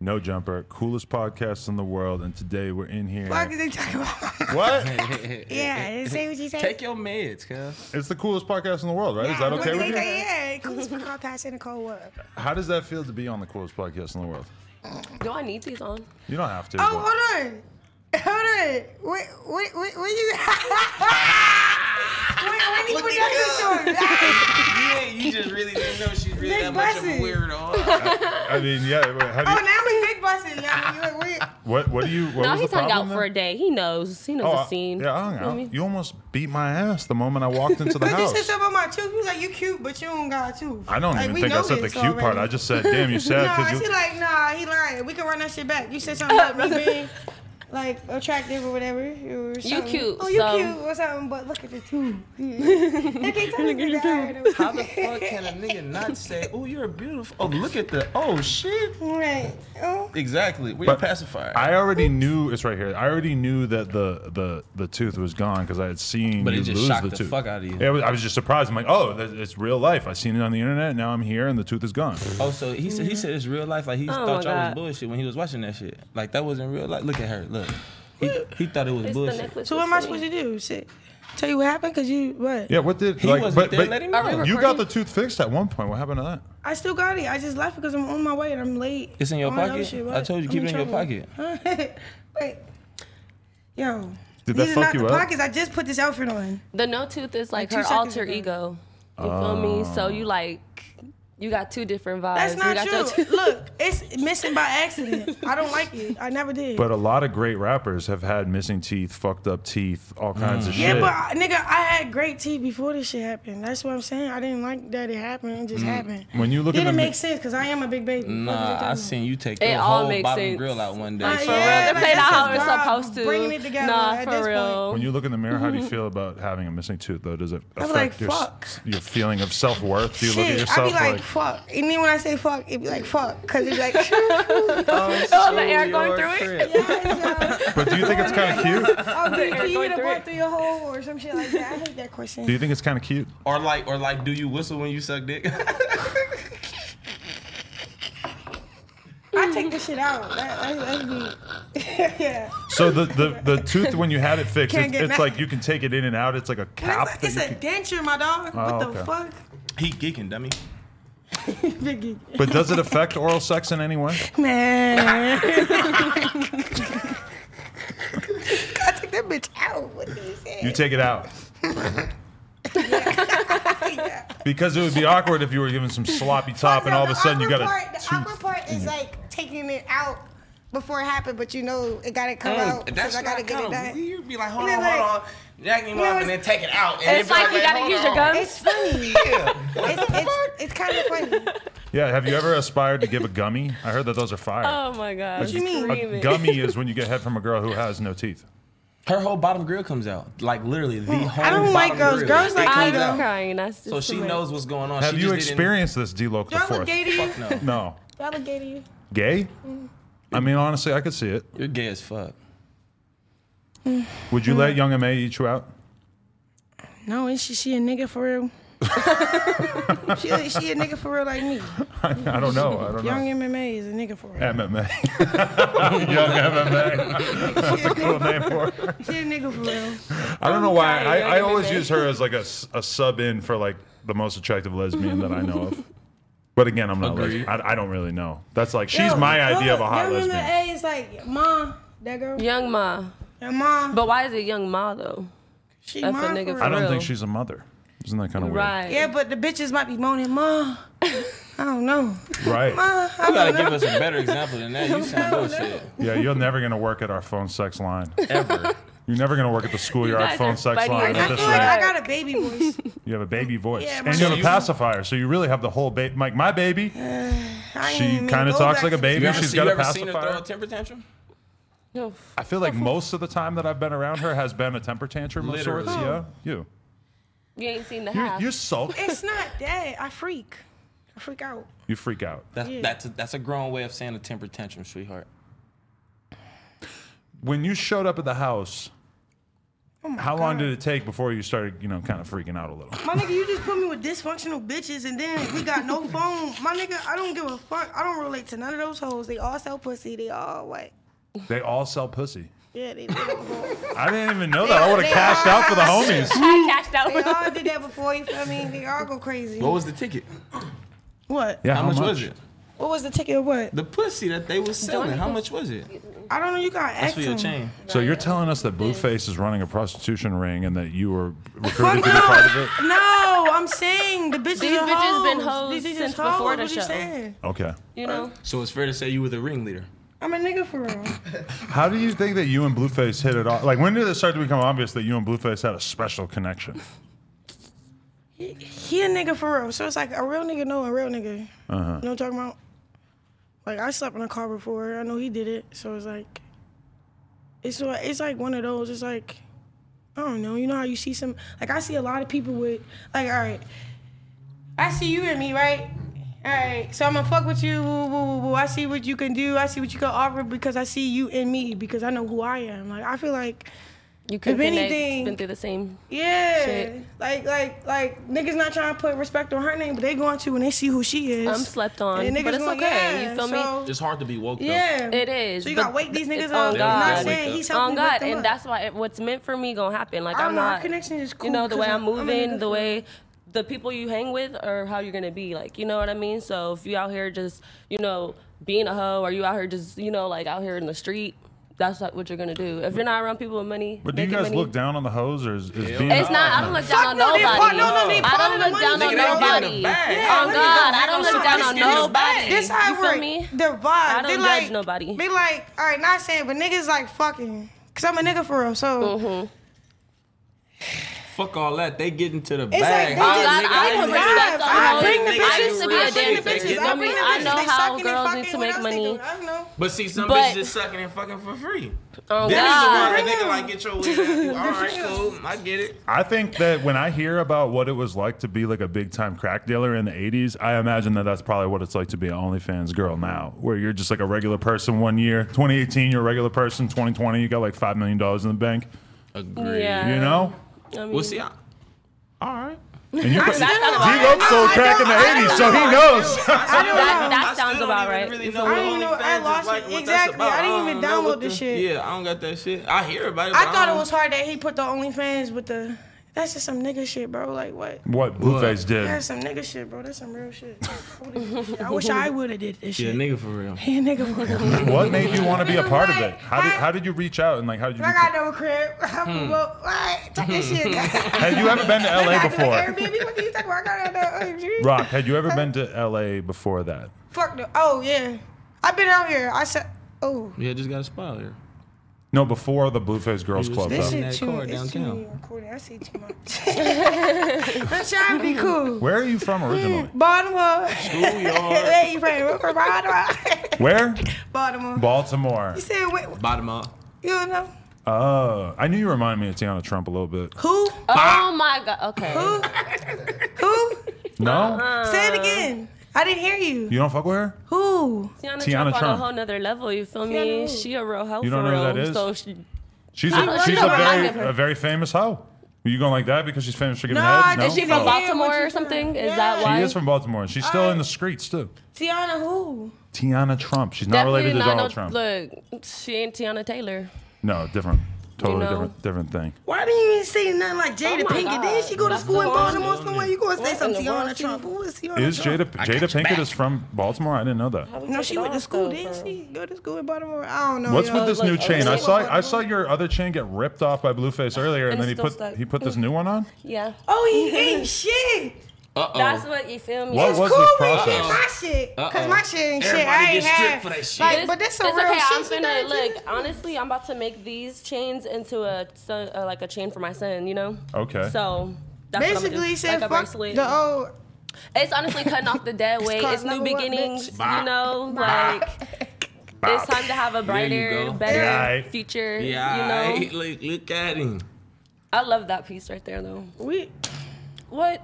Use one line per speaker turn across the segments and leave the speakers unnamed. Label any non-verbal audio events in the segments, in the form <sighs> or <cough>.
No Jumper, coolest podcast in the world, and today we're in here.
fuck is they talking <laughs> about?
What?
yeah, say what you say.
Take your meds, cuz.
it's the coolest podcast in the world, right? Is that
Fuck
okay
they
with you?
say, Yeah, coolest podcast in the cold world.
How does that feel to be on the coolest podcast in the world?
Do I need these on?
You don't have to.
Oh,
but-
hold on. Hold on. What, what, what, what you... <laughs> What, what you
Look
put
at
that shit on?
Yeah, you just really didn't know she's really
Big
that much of a
buses.
weirdo. <laughs>
I mean, yeah. wait, How do
Oh,
you,
now we big busting. Yeah, we, we,
what? What do you? What
No,
was
he's
the
hung out
problem
for
then?
a day. He knows. He knows
Oh,
the
I-
scene.
yeah, I hung
You know what I
out.
mean?
You almost beat my ass the moment I walked
<laughs>
into the
Cause you
house.
said something about my tooth. You was like, you cute, but you don't got a tooth.
Oh. I don't
Like,
even
we
think I
know
said the
this
cute part.
already.
I just said, "Damn, you
<laughs>
sad."
Nah,
because
she
you,
like, nah, he lying. We can run that shit back. You said something about me being like attractive or whatever. Or something.
cute,
Oh, you
so-
cute or something. But look at the tooth. I can't tell you that.
How the <laughs> fuck can a nigga not say, "Oh, you're beautiful"? Oh, look at the. Oh shit.
<laughs> Right. Oh.
Exactly. We're
But
pacifier.
I already knew it's right here. I already knew that the the the tooth was gone because I had seen.
But it
you
just
lose
shocked
the,
the
tooth.
fuck out of you.
Yeah, I was, I was just surprised. I'm like, oh, that, it's real life. I seen it on the internet. Now I'm here, and the tooth is gone.
oh, so he said he said it's real life. Like he
Oh,
thought
my
y'all was
God.
bullshit when he was watching that shit. Like that wasn't real life. Look at her. Look.
<laughs>
He, he thought it was
It's the
bullshit.
necklace.
So what am I supposed to do? Shit. Tell you what happened? Cause you what?
Yeah, what did
He
like?
wasn't
but
there.
but
Let him
Are we
know.
you got
recording?
the tooth fixed at one point. What happened to that?
I still got it. I just left because I'm on my way and I'm late.
It's in your
All that
pocket?
shit,
I
what?
told you,
I'm
keep it in your
trouble. <laughs> Wait. Yo.
Did that
These are
fuck
not
you
the
up?
pockets. I just put this outfit on.
The no tooth is like
Like, two
her
seconds
alter
ago.
ego. You feel me?
Oh.
So you like, you got two different vibes.
That's
you
not
got your
true.
two- <laughs>
Look, it's missing by accident. I don't like it. I never did.
But a lot of great rappers have had missing teeth, fucked up teeth, all kinds of
Mm. yeah,
shit.
but I- nigga, I had great tea before this shit happened. That's what I'm saying. I didn't like that it happened. It just happened.
Mm. when you look
it
at
didn't
the mi-
make sense because I am a big baby.
Nah, I seen you take
It
your
all
whole
makes
bottom
sense.
grill out one day.
Uh,
so
yeah,
They
like,
played
that's just
out how
God
we're supposed to.
bringing it together
Nah,
at
for
this point.
real.
When you look in the mirror, how do you feel about having a missing tooth? Though, does it
I'm
affect your
Mm-hmm. like,
s-
fuck.
your feeling of self worth? Do you look at
Shit, I
yourself
be like, fuck. And then when I say fuck, it be like fuck. Because it be
<laughs>
like,
Oh, the air going through it.
But do you think
<laughs>
it's kind of cute?
oh, do you, do you
going
get a
through
butt
it.
through your hole or some shit like that? I hate that question.
Do you think it's kind of cute?
Or like, or like, do you whistle when you suck dick? <laughs>
I take the shit out. That, that, that's be <laughs> yeah.
So the, the, the tooth when you had it fixed,
Can't
it's,
get
it's
mad.
like you can take it in and out. It's like a cap. that
It's
you
a
can-
denture, my dog.
Oh,
what the
okay.
fuck?
he geeking, dummy.
Biggie.
but does it affect oral sex in any way?
Man. I took that bitch out. What did you say?
You
<laughs>
take it out. Because it would be awkward if you were giving some sloppy top and all of a sudden you got
part,
a
The awkward
tooth.
part is like taking it out before it happened, but you know it gotta
Oh,
come out because I gotta get it done.
You'd be like, hold
You're
on,
like-
hold on. Jack him
know,
up
it's-
and then take it out. And
It's
then be
like you gotta
hold
use your
on.
gums.
It's funny. it's it's, it's kind of funny.
Yeah, have you ever aspired to give a gummy? I heard that those are fire.
Oh my god. What
you mean?
a gummy is when you get head from a girl who has no teeth.
Her whole bottom grill comes out. Like literally the whole
I don't like
bottom
girls.
grill.
Girls
It
like
comes
me,
out.
I'm crying. That's just
So she
too much.
knows what's going on.
Have
she
you
just didn't-
experienced this, D-Loc the
Do I look
fourth?
gay to you?
Fuck no.
No.
Do I look gay to you?
Gay? I mean, honestly, I could see it.
You're gay as fuck.
Would you let Young M.A. eat you out?
No, is she, she a nigga
<laughs>
for real? she, she a nigga for real like me.
I don't know. I don't
Young
know.
MMA is a nigga for real.
MMA. Young MMA.
She a
Cool
nigga,
name for it.
she a nigga for real.
I don't know why.
Okay,
I,
young
I always
women.
use her as like a, s- a sub in for like the most attractive lesbian that I know of. But again, I'm not.
Agreed.
Lesbian. I, I don't really know. That's like she's
Yo,
my
look,
idea of a hot
young
lesbian.
MMA is like mom, that girl.
Young ma.
And mom,
But why is it young ma though?
she
that's a
mom
nigga
for
for
real.
I don't
real.
think she's a mother. Isn't that kind of
Right.
Yeah, but the bitches might be moaning, mom. I don't know.
weird? Right.
Uh,
You
I
gotta
don't know.
give us a better example than that. <laughs> You sound bullshit.
Yeah, you're never gonna work at our phone sex line.
Ever.
You're never gonna work at the schoolyard
guys
phone
are
sex
funny
line
as
at
I
this
feel like
rate.
I got a baby voice.
You have a baby voice,
Yeah,
and you have
my-
a pacifier, so you really have the whole baby. Like my baby,
I
she
ain't
kind
even
of
go
talks
back
like a
to-
baby.
You ever,
She's
see- you
got a
ever seen her throw
pacifier.
a temper tantrum?
No, f-
I feel like most of the time that I've been around her has been a temper tantrum of sorts.
Literally.
Yeah, you.
you ain't seen the
You
half.
you sulk.
It's not that. I freak. I freak out.
You freak out.
That's that's a, that's a grown way of saying a temper tantrum, sweetheart.
When you showed up at the house, How long did it take before you started, you know, kind of freaking out a little?
My nigga, you just put me with dysfunctional bitches, and then we got no phone. My nigga, I don't give a fuck. I don't relate to none of those hoes. They all sell pussy. They all white.
They all sell pussy.
Yeah, they did it before.
I didn't even know that. I would have cashed out
<laughs>
for the homies.
I cashed out.
They all did that before. You feel me? They all go crazy.
What was the ticket?
What?
Yeah,
How, much, was it?
What was the ticket? of What?
The pussy that they was selling. How much was it?
I don't know. You gotta ask
That's for your
them.
chain.
So you're telling us that Blueface is running a prostitution ring and that you were recruited
Fuck
to be
no.
part of it?
No, I'm saying the bitches.
These
are
bitches been
hoes.
hoes
These bitches
since
hoes.
before the
what you
show.
saying?
Okay.
<laughs> You know,
So it's fair to say you were the ringleader.
I'm a nigga for real.
How do you think that you and Blueface hit it off? Like, when did it start to become obvious that you and Blueface had a special connection?
He, he a nigga for real. So it's like a real nigga know a real nigga. You know what I'm talking about? Like I slept in a car before. I know he did it. So it's like, it's like it's like one of those. It's like, I don't know. You know how you see some like I see a lot of people with like all right. I see you and me right. All right, so I'm gonna fuck with you. Woo, woo, woo, woo. I see what you can do. I see what you can offer because I see you in me because I know who I am. Like I feel like
you could
If
connect.
anything-
been through the same.
yeah,
Shit.
like like like niggas not trying to put respect on her name, but they going to when they see who she is.
I'm slept on,
And niggas
but it's
going,
okay.
yeah,
you feel me?
so-
It's hard to be woke though.
Yeah,
It is.
So you
but
gotta wake these
it's
niggas
on
up.
God.
Not saying he's helping
on God,
wake them
and
up.
that's why it, what's meant for me gonna happen. Like
I
I'm
don't know, Oh, our
not.
connection is cool
You know the way
because
I'm
I'm- I'm a
moving,
nigga
the
for
way the people you hang with, or how you're gonna be. Like you know what I mean. So if you out here just you know being a hoe, or you out here just you know like out here in the street, that's like what you're gonna do. If you're not around people with money,
But do you
making
guys
money-
look down on the hoes or is, is
Hell
being
no.
It's not. I don't look down on
no, they
nobody.
part- no, no, they
I
part
don't
of the
look
money.
down
Nigga,
on
they
get in the
nobody.
bag.
Yeah,
On
look at
God, I
them.
don't
They
look
gonna
down
sit
on
in this
nobody.
This how
you
it
feel
work.
me?
Their vibe.
I don't
they
judge
like,
nobody.
They like, all right, not saying, but niggas like fucking. Cause I'm a nigga for real.
Mm-hmm.
So
Fuck all that. They get into the
it's
bag.
like they
Oh,
just
God,
they just
I was respect
vibes.
all
I
those
bring the
niggas.
bitches.
I used to be
I
a
bring the
dancer,
bitches.
you
I
feel
bring
me?
the
I
bitches.
know
They
how
sucking and
girls need
fucking.
to
What
make
else they
money.
do? I don't know.
But see, some
But-
bitches just sucking and fucking for free.
On
That is the
God.
one that they can like get your way. All right, cool. I get it.
I think that when I hear about what it was like to be like a big time crack dealer in the 80s, I imagine that that's probably what it's like to be an OnlyFans girl now, where you're just like a regular person one year. 2018, you're a regular person. 2020, you got like $5 million in the bank,
Agreed.
Yeah.
Uh,
you know?
I mean,
Well, see, I, all right.
And you
I still don't know.
He Oak sold crack in the 80s, so he knows.
I don't
That-
know.
that
I still
sounds
don't
about
even
right.
really
It's
know
a-
what
I
didn't know- I
OnlyFans is
lost it.
like, what that's
Exactly.
about.
I didn't
don't
even
know what
download this
the-
shit.
Yeah, I don't got that shit. I hear about it.
I
but
thought it
don't-
was hard that he put the OnlyFans with the. That's just some nigga shit, bro. Like what?
What Blueface did.
That's some nigga shit, bro. That's some real shit. Holy shit. I wish I would have did this
Yeah,
shit.
nigga, for real.
He a nigga for real.
What made you want to be a part of it? How did, how did you reach out and like how did you?
I
Reach
got
out?
no crib. <laughs> I'm broke. What? Take this <laughs> shit.
Had you ever been to
<laughs>
LA
I got no
before?
Airbnb. What are you talking about? I got uh, no
<laughs>
Airbnb.
Rock, had you ever been to LA before that?
Fuck no. Oh yeah. I've been out here. I said. Oh.
Yeah, just got a spot here.
No, before the Blueface Girls
was
Club.
there.
Though.
This
In
shit
that
too.
car
It's too
downtown.
many recording. I see too <laughs> much. I'm trying to be cool.
Where are you from originally?
Baltimore. <laughs>
Schoolyard.
Hey, you from we're from Baltimore? <laughs>
Where?
Baltimore.
Baltimore.
you said wait,
Bottom up.
you know
Oh, I knew you remind me of Tiana Trump a little bit.
who?
Ah.
Oh my God. Okay.
Who?
<laughs>
Who?
No,
Say
Uh.
it again. I didn't hear you.
you don't fuck with her.
Who?
Tiana,
Tiana
Trump, on a
Trump.
whole nother level. You feel me?
Tiana who?
She a real hoe
You
for
don't know
real.
who that is?
So she,
She's
I
a
don't
she's
know
a
what I give
very
her.
a very famous hoe. Are you going like that because she's famous for giving
No,
head? Oh.
did
is she
Yeah, what
from
you
Baltimore or
said.
something? Is
Yeah.
that
She
why?
She is from Baltimore and she's still
I-
in the streets too.
Tiana who?
Tiana Trump. She's not
Definitely
related to
not
Donald
no,
Trump.
Look, she ain't Tiana Taylor.
No, different. Totally
know?
different different thing.
Why didn't you even say nothing like Jada
Oh my
Pinkett?
God.
Did she go to
That's
school in
the
Baltimore
one.
somewhere? You gonna say
What
some
in the world
Tiana
she-
Trump? Who is Tiana
Is
Trump?
Jada Jada Pinkett is from Baltimore? I didn't know
Oh,
that.
No, she went to school, didn't she? Go to school in Baltimore. I don't know.
What's
yo.
with this
like,
new
oh,
chain?
yeah.
I saw I saw your other chain get ripped off by Blueface earlier, and
And
then he
it's still
put
stuck.
he put this new one on.
Yeah.
Oh, he ain't shit.
Uh oh.
That's what you feel me?
What
It's
was
cool
this
when you
process?
get my shit, cause
Uh-oh.
my shit ain't shit.
Everybody
I ain't
get stripped
had.
for that shit.
Like, but that's some
it's
real
okay.
shit.
I'm
she
finna
done,
look.
Jesus.
Honestly, I'm about to make these chains into a, so- uh, like a chain for my son. You know.
Okay.
So. That's what I'm
Basically,
gonna
he
do.
said
like a
fuck
bracelet.
the old.
It's honestly cutting
<laughs>
off the dead weight.
called
It's new
number one, bitch.
beginnings,
Bop.
you know, like
<laughs>
it's time to have a
you
brighter,
go.
better
Yeah, aight.
future.
Yeah,
You know,
look, look at him.
I love that piece right there, though.
We
What?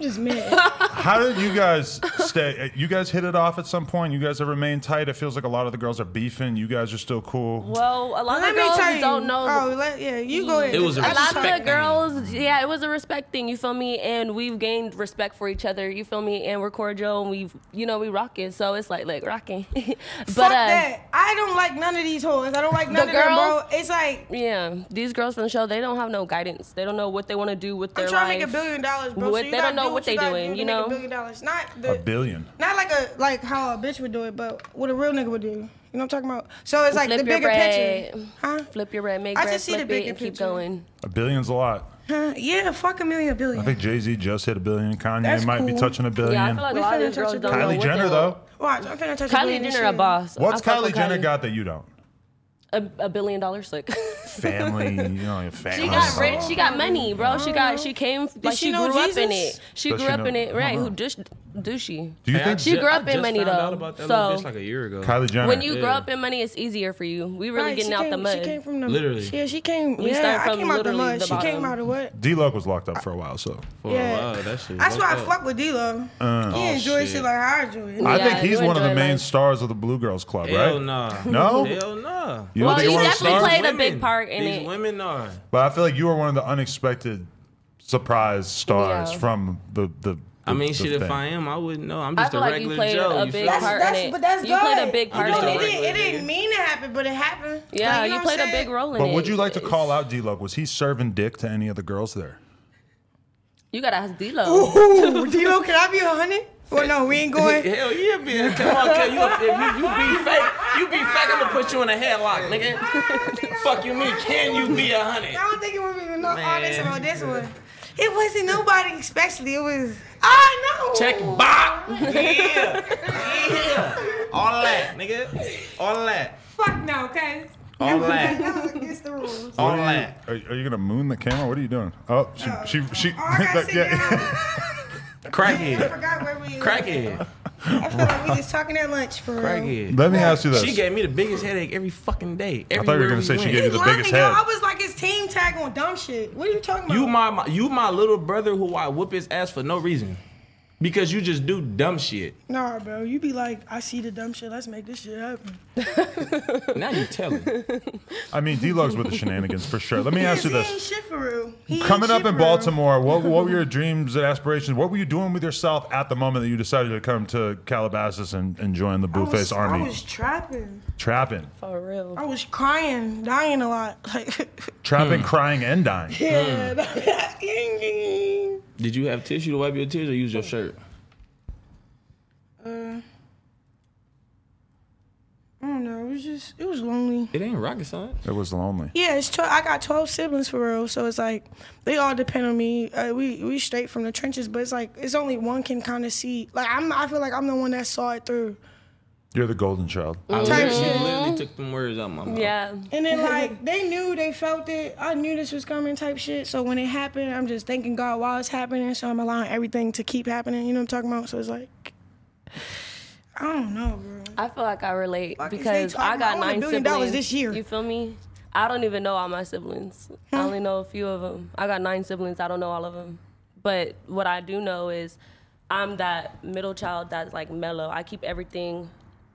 just <laughs> mad.
How did you guys stay? uh, You guys hit it off at some point. You guys have remained tight. It feels like a lot of the girls are beefing. You guys are still cool.
Well, a lot
Let
of
me
girls
tell you.
don't know.
Oh, let, yeah, you go ahead.
It was a
I
a lot
just-
of
respect
the
thing.
girls, yeah, it was a respect thing. You feel me? And we've gained respect for each other. You feel me? And we're cordial, and we've, you know, we rocking. So it's like, like rocking. <laughs> but uh,
Fuck that. I don't like none of these hoes. I don't like none of them, bro.
girls-
It's like
yeah, these girls from the show, they don't have no guidance. They don't know what they want to do with their
I'm trying
life.
to make a billion dollars, bro.
What-
so you
they
gotta
don't know
do
what they
gotta
doing,
do to
you
make
know?
a billion dollars, not
A
the
billion.
not like a like how a bitch would do it, but what a real nigga would do. You know what I'm talking about? So it's like
Flip
the
your
bigger
bread.
picture, huh?
Flip your bread, make
I
bread,
just see the
flip it,
bigger
and keep
picture.
going.
A billion's a lot.
Huh? Yeah, fuck a million billion.
I think Jay Z just hit a billion. Kanye
That's
might be
cool.
touching a billion.
Yeah, I feel like a
We
lot of
finna
these
touch
girls
it
don't
down.
know
Oh, Kylie
what
Jenner
they
though.
want.
Watch, I'm finna touch a
Kylie
billion this
Jenner a
year.
boss.
What's
I fuck
Kylie
with
Jenner got that you don't?
A, a billion
<laughs>
dollar slick.
Family, you know, your family.
She got rich. She got money, bro. She got. She came. Like
Oh. she
she,
know
grew up in
Jesus?
it. She
Does
grew
she
up
know-
in it, right?
Uh-huh.
Who douche, douchey.
Do you
Hey, I
think
She grew
ju- I
up in
just
money,
found out
though.
about that little
So-
bitch like a year ago.
Kylie Jenner?
When you grow
Yeah.
up in money, it's easier for you. We really
Right,
getting
she
out
came,
the
She came
mud.
from the
Literally.
Yeah, she came.
We
yeah,
start
I
from
came out the
literally
mud.
the
she came
bottom.
out of what?
D Lug was locked up for a while, so
For
Yeah.
a while, that shit.
That's why I
fucked up.
fuck with D-Lo. he
Oh,
enjoys shit.
shit.
like I enjoy it.
I
Yeah,
think he's
you
one of the
enjoy
main
life.
stars of the Blue Girls Club,
Hell
right?
nah.
No?
Hell nah.
You don't
Well,
think
he
you're one of the
definitely
stars?
played a big part in
These
it.
women are.
But I feel like you were one of the unexpected surprise stars
Yeah.
from the the.
I
the-
mean,
the
shit, if
thing.
I am, I wouldn't know. I'm
I
just a
feel like you
regular
played
Joe.
a
you
big
feel
That's,
me?
part
that's,
in it.
but that's
You played a
good.
big
You
part
know,
in
It
it.
didn't, it didn't
Nigga.
mean it happened, but it happened. Like,
Yeah,
you, know
you
what I'm
played a
saying?
big role in
But
it.
would you like to
It's-
call out D Lug? Was he serving dick to any of the girls there?
You gotta ask D-Lo.
Ooh, D-Lo, can I be a hundred? Well, no, we ain't going.
Hell yeah, bitch. Come on, Kel. You, if you, you be fake, you be fake, I'm gonna put you in a headlock, nigga. <laughs> Fuck you, me. Can you be a hundred?
I don't think it would be enough
Man.
honest about this one. It wasn't nobody, especially. It was. I know.
Check bop. Yeah. Yeah. All that, nigga. All that.
Fuck no, okay?
All that.
That was against
<laughs>
the rules.
All
What are you-
that.
Are, are you gonna moon the camera? What are you doing? Oh, she she she.
Oh,
<laughs>
I gotta sit down. I
Crackhead.
forgot where we.
Crackhead.
I feel like we just talking at lunch for real.
Crackhead.
Let me ask you this.
She gave me the biggest headache every fucking day.
I thought you were
everywhere
gonna
we
say she
went.
gave you
He's
the
lying,
biggest
yo.
head.
I was like his team tag on dumb shit. What are you talking about?
You my, my you my little brother who I whoop his ass for no reason. Because you just do dumb shit.
Nah, bro. You be like, I see the dumb shit. Let's make this shit happen.
Now you telling.
I mean, D Lug's with the shenanigans for sure.
<laughs>
Let me ask you
He ain't
this.
shit for real. He ain't
Coming up
shit
in
for real.
Baltimore, what, what were your dreams and aspirations? What were you doing with yourself at the moment that you decided to come to Calabasas and, and join the
I
Blueface
was,
Army?
I was trapping.
trapping.
For real.
I was crying, dying a lot. <laughs> Like,
Trapping,
Hmm.
crying, and dying.
yeah.
Did you have tissue to wipe your tears or use your shirt?
uh, <laughs> I don't know. It was just, it was lonely.
It ain't rocket science.
It was lonely.
Yeah, it's tw- I got twelve siblings for real, so it's like they all depend on me. Uh, we we straight from the trenches, but it's like it's only one can kind of see. Like I'm, I feel like I'm the one that saw it through.
You're the golden child.
I
Type
literally,
shit.
you literally took them words out my mouth.
Yeah.
And then like they knew, they felt it. I knew this was coming, type shit. So when it happened, I'm just thanking God while it's happening. So I'm allowing everything to keep happening. You know what I'm talking about? So it's like. I don't know, bro.
I feel like I relate
Fuck is they
because
talking
I
about? I
got
want a
nine
billion
siblings.
dollars this year.
You feel me? I don't even know all my siblings. I only know a few of them. I got nine siblings. I don't know all of them. But what I do know is I'm that middle child that's like mellow. I keep everything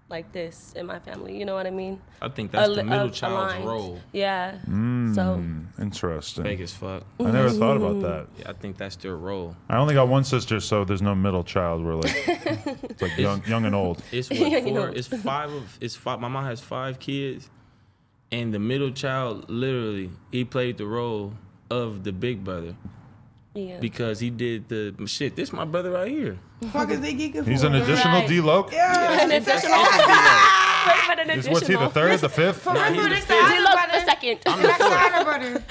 like this in my family. You know what I mean?
I think that's
Al-
the middle
al-
child's
aligned.
role.
Yeah.
Mm.
So
Interesting.
Fake as fuck.
I never thought about that.
Yeah, I think that's their role.
I only got one sister, so there's no middle child really. it's like
<laughs>
young, young and old.
It's what,
You
four,
know.
it's five of it's five my mom has five kids and the middle child literally he played the role of the big brother
yeah.
because he did the shit. This my brother right here.
Fuck is they geeking for?
He's an additional
Right.
D Loke.
Yeah.
An additional.
<laughs>
Wait for an
Is what's he the
additional.
third, the fifth?
For real,
he's
this
the
the
fifth.
He
other
looked the
brother.
second.
<laughs>
<laughs>
That's the other brother.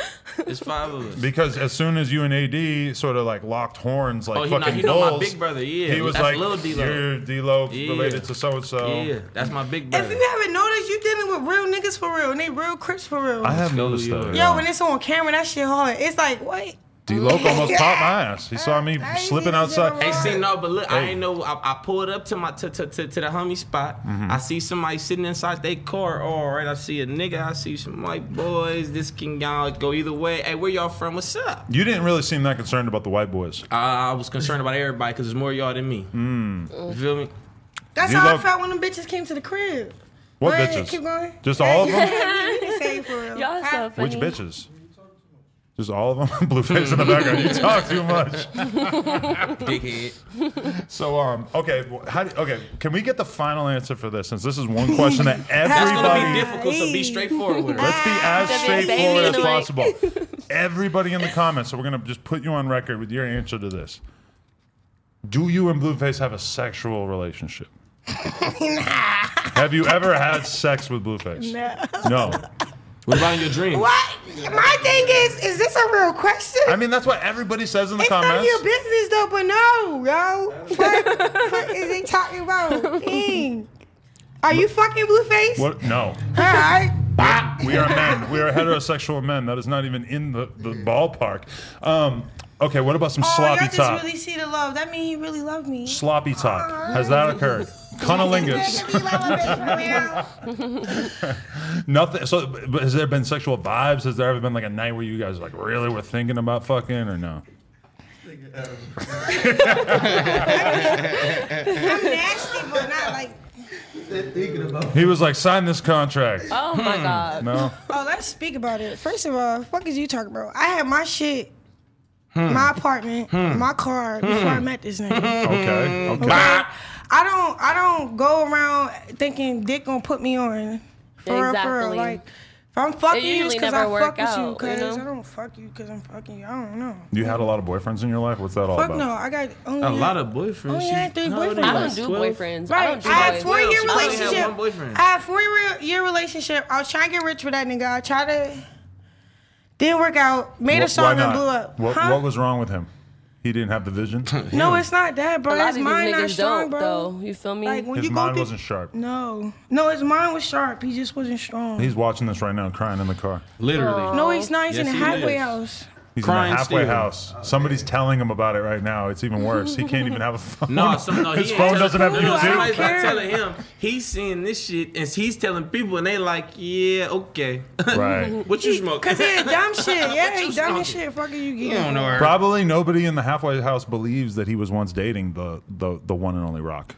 It's five of us.
Because as soon as you and AD sort of like locked horns, like
Oh, he, not,
fucking
he
bulls,
know my big brother. Yeah,
he was
that's
like,
little D-Lo.
"You're D Loke
Yeah.
related to so and
Yeah,
so."
that's my big
If
brother.
you haven't noticed, you dealing with real niggas for real, and they real crips for real.
I have
Let's go,
noticed
yo.
that.
Yo, when it's on camera, that shit hard. It's like, what?
D Loke almost popped my ass. He saw me
I ain't
slipping
seen this shit
outside.
on
Hey, see, no, but look, I
Hey.
ain't know. I, I pulled up to my to, to, to, to the homie spot. I see somebody sitting inside their car. All right, I see a nigga. I see some white boys. This can y'all go either way. Hey, where y'all from? What's up?
You didn't really seem that concerned about the white boys.
I I was concerned about everybody because there's more y'all than me.
Mm.
You feel me?
That's
You
how
love-
I felt when them bitches came to the crib.
What
Go ahead,
bitches?
Keep going.
Just all of them?
You can say it for real.
Y'all
Huh?
so
Which
funny.
bitches? Just all of <laughs> them. Blueface in the background. You talk too much.
<laughs>
Dickhead.
So um, okay, wh- how do, okay, can we get the final answer for this? Since this is one question that
That's gonna
everybody.
be difficult. So be straightforward with
<laughs>
her.
Let's be as
Just be a baby
straightforward
in
as
the mic.
possible. Everybody in the comments. So we're gonna just put you on record with your answer to this. Do you and Blueface have a sexual relationship? Have you ever had sex with Blueface? No.
What about in your dreams?
What? My thing is, is this a real question?
I mean, that's what everybody says in the
it's none of
comments.
your business though, but no, yo.
<laughs>
What, what is he talking about? Dang. Are you fucking blueface?
What? No.
All right.
<laughs> We are men. We are heterosexual men. That is not even in the, the ballpark. Um, okay, what about some
oh,
sloppy
y'all
top?
just really see the love. That means he really loved me.
sloppy top. Has
Oh.
that
<laughs>
occurred? Cunnilingus.
He loved me for real.
Nothing. So, but has there been sexual vibes? Has there ever been like a night where you guys like really were thinking about fucking or no?
I'm nasty, but not like.
He was like, sign this contract.
Oh
Hmm.
my god.
No.
Oh, let's speak about it. First of all, fuck is you talking about? I had my shit, my apartment, my car before I met this nigga.
<laughs>
<laughs>
Okay. Okay.
I don't I don't go around thinking dick gonna put me on. For real, for real.
Exactly.
Like if I'm fucking
It
you, it's
usually
cause I
never
fuck
work
with you,
out, you
cause
know?
I don't fuck you cause I'm fucking you. I don't know.
You had a lot of boyfriends in your life. What's that all
Fuck
about?
no, I got only
A lot of boyfriends.
Oh, yeah, I think
How old are
boyfriends.
you,
I
like
don't do
12?
boyfriends. I
Right,
don't do
I had
boys.
four year
She only had
relationship.
one boyfriend.
I had four year, year relationship. I was trying to get rich with that nigga. I tried to, didn't work out. Made a
Wh- why
song and
not?
blew up.
What,
Huh?
what was wrong with him? He didn't have the vision.
<laughs> no, it's not that, bro.
A lot of
His
these
mind not
niggas
strong,
don't
bro.
though. You feel me?
Like when
His
you go
mind
through,
wasn't sharp.
no, no, his mind was sharp. He just wasn't strong.
He's watching this right now, crying in the car.
Literally.
No, he's not. He's
Yes,
in a
he
halfway
is.
house.
He's
Crying
in a halfway
still.
house. Somebody's telling him about it right now. It's even worse. He can't even have a phone.
No, some, no,
<laughs>
he
His
ain't
phone
telling-
doesn't have
no, no,
YouTube?
I
Somebody's not
don't
telling him. He's seeing this shit, and he's telling people, and they like, yeah, okay. <laughs>
Right.
what you
<laughs>
smoke?
Cause he a
<laughs>
dumb shit. Yeah,
you
he dumb as
smoking?
shit. Fucking you,
You don't
get.
know her.
Probably nobody in the halfway house believes that he was once dating the the, the one and only Rock.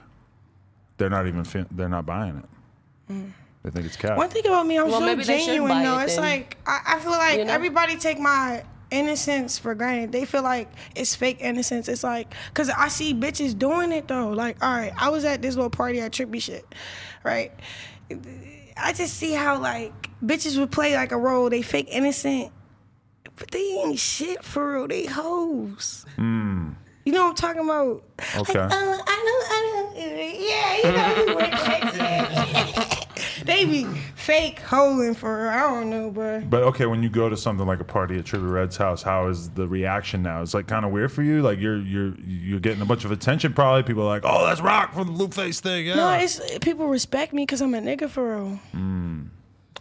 They're not even fin- they're not buying it. They think it's cat.
One thing about me, I'm
Well,
so
maybe they should buy
genuine
it
though. It's
then.
like I, I feel like
You know?
everybody take my innocence for granted. They feel like it's fake innocence. It's like cause I see bitches doing it though. Like, all right, I was at this little party at Trippy shit, right? I just see how like bitches would play like a role. They fake innocent, but they ain't shit for real. They hoes. You know what I'm talking about? Like,
Okay.
uh, I know, I know. Yeah, you know, you went crazy. <laughs> They be fake hoeing for real. I don't know, bro.
But okay, when you go to something like a party at Trivia Red's house, how is the reaction now? It's like kind of weird for you. Like you're you're you're getting a bunch of attention. Probably people are like, oh, that's Rock from the Blue Face thing. Yeah.
No, it's people respect me because I'm a nigga for real.
Mm.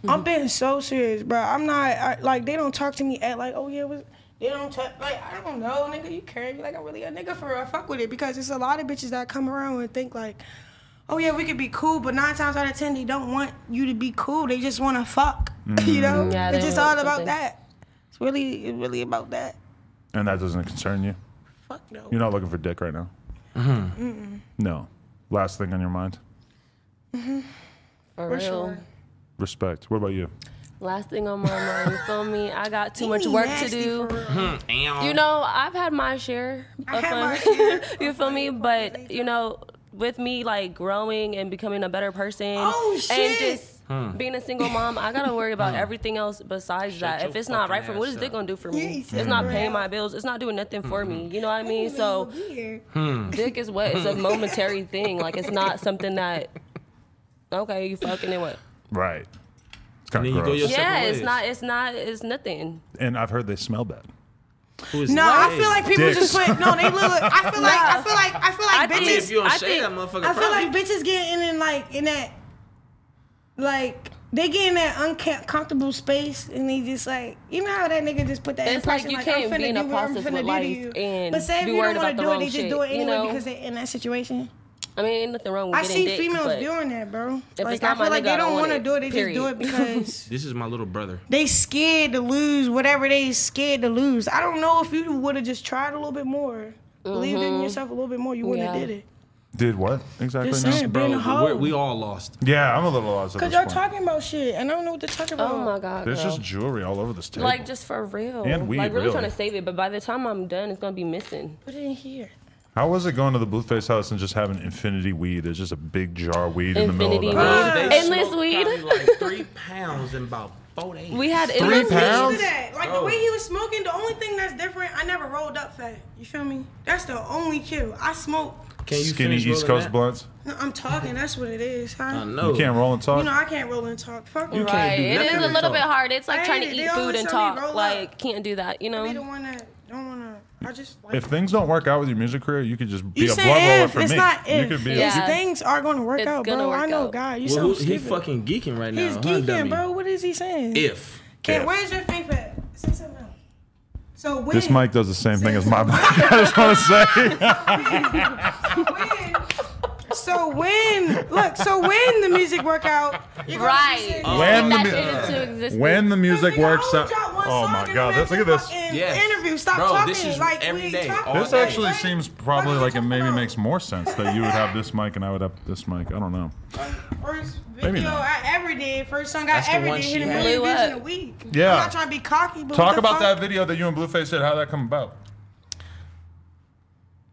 I'm being so serious, bro. I'm not I, like they don't talk to me at like, oh yeah, was they don't talk like I don't know, nigga. You carrying me like I'm really a nigga for real. I fuck with it because it's a lot of bitches that come around and think like, oh yeah, we could be cool, but nine times out of ten they don't want you to be cool. They just want to fuck, <laughs> you know.
Mm. Yeah, they
it's just all
want
about
something.
that. It's really, it's really about that.
and that doesn't concern you.
Fuck no.
You're not looking for dick right now. No. Last thing on your mind.
for real.
sure.
Respect. What about you?
Last thing on my mind. You feel me? I got too
They
much
be
work to
nasty
do.
for real.
Mm,
You know, I've had my share
I
of
had my
fun. <laughs>
share
you
of
feel
fun.
me? But you know, with me like growing and becoming a better person
Oh, shit.
and just
Hmm.
being a single mom, I gotta worry about everything else besides that.
your
If it's not right for me, what is
fucking ass
dick
up.
gonna do for
Yeah,
me?
you
It's
said
not
it.
paying my bills. It's not doing nothing for <laughs>
Mm-hmm.
me. You know what I mean? So
Weird.
dick is what? It's a momentary thing. Like it's not something
<laughs>
that. Okay, you fucking and what?
Right. It's kind
then
of
you go
gross.
your- Separate
Yeah, it's
ways.
not. It's not. It's nothing.
and I've heard they smell bad.
Who is
No,
that?
I feel like people
Dicks.
just put no. They look. I feel like I
No.
feel like I feel
I
like
think
I mean,
bitches.
if you don't
I
shave
think-
that motherfucker,
I feel
probably-
like bitches getting in like in that like they get in that uncomfortable space and they just like you know how that nigga just put that
It's like
impression,
you
I'm
can't
finna
be in
do
a
what I'm
process
finna
with
do to
life
you.
and
but say if
be
you
worried
don't
about
want to
the
do it,
wrong
they just
shit,
do it anyway
you know?
because they're in that situation.
I mean, ain't nothing wrong with
I
getting
see
dick,
females
but
doing that, bro.
it's
Like I
not my
feel like
nigga,
they
I
don't
don't
want
want
to
it,
do it. They just do it
period. <laughs>
because
This is my little brother.
they scared to lose whatever they scared to lose. I don't know if you would have just tried a little bit more, believed in yourself a little bit more, you wouldn't
Mm-hmm. Yeah.
have did it.
Did what exactly?
Just
now?
saying. Being a hoe.
Bro, we're, we all lost.
Yeah, I'm a little lost. at
Cause
this
y'all
point.
talking about shit and I don't know what they're talking about.
Oh my god,
There's
girl.
just jewelry all over this table.
like just for real.
And weed,
like really,
really.
trying to save it, but by the time I'm done, it's gonna be missing.
Put it in here.
How was it going to the Blueface house and just having infinity weed? There's just a big jar of weed in the middle of the
Infinity
house.
weed.
They
Endless
smoked
weed.
probably like three pounds in about four days.
We had
Three
endless
pounds?
Look
weed.
at that. Like the
Oh.
way he was smoking, the only thing that's different, I never rolled up fat. You feel me? That's the only kill. I smoke.
Can you
Skinny
finish
East
rolling
Coast
that?
blunts.
No, I'm talking. That's what it is,
I
huh?
know.
You can't roll and talk.
You know, I can't roll and talk. Fuck you.
can't
Right,
do
it is
nothing
a little
with
bit
y'all.
hard. It's like
Hey,
trying to
they
eat
always
food and
tell me roll
talk.
up.
Like can't do that, you
Be the
know.
one that don't wanna. I just like.
if things don't work out with your music career, you could just be
you
a
said
blood roller
if,
for
it's
me.
not
You
if.
could be.
Yeah.
A,
These things are gonna work
It's
out,
gonna
bro.
work
I know,
out.
God. You
Well,
sound
who- he
stupid.
fucking geeking right now.
He's
huh,
geeking,
dummy?
bro. What is he saying?
If.
Okay,
If.
where's your think pad? Say something else. So when?
this mic does the same thing as
<laughs>
my mic. <laughs> I just want to say.
when so when? Look, so when the music work out? you're gonna
Right.
be sitting
Speak
When
that
the-
shit into existence.
when the music
Nigga, I
works
only
out.
dropped one
Oh
song
my
and
God!
I'm
This,
at
look at
the
this.
fucking
Yes.
Interview. Stop
Bro,
talking.
this is
like
every
we
day,
talking
all
This
about
day.
actually
it.
seems
Fuck
probably
you
like it
talking
maybe
about?
makes more sense that you would have this mic and I would have this mic. I don't know.
First video
Maybe not.
I ever did, first song
That's
I
the
ever
one
did,
she
hit a
had.
million
Blew
views in a
up.
week.
Yeah.
I'm not trying to be cocky, but
Talk
what the
about
fuck?
that video that you and Blueface did. How that come about?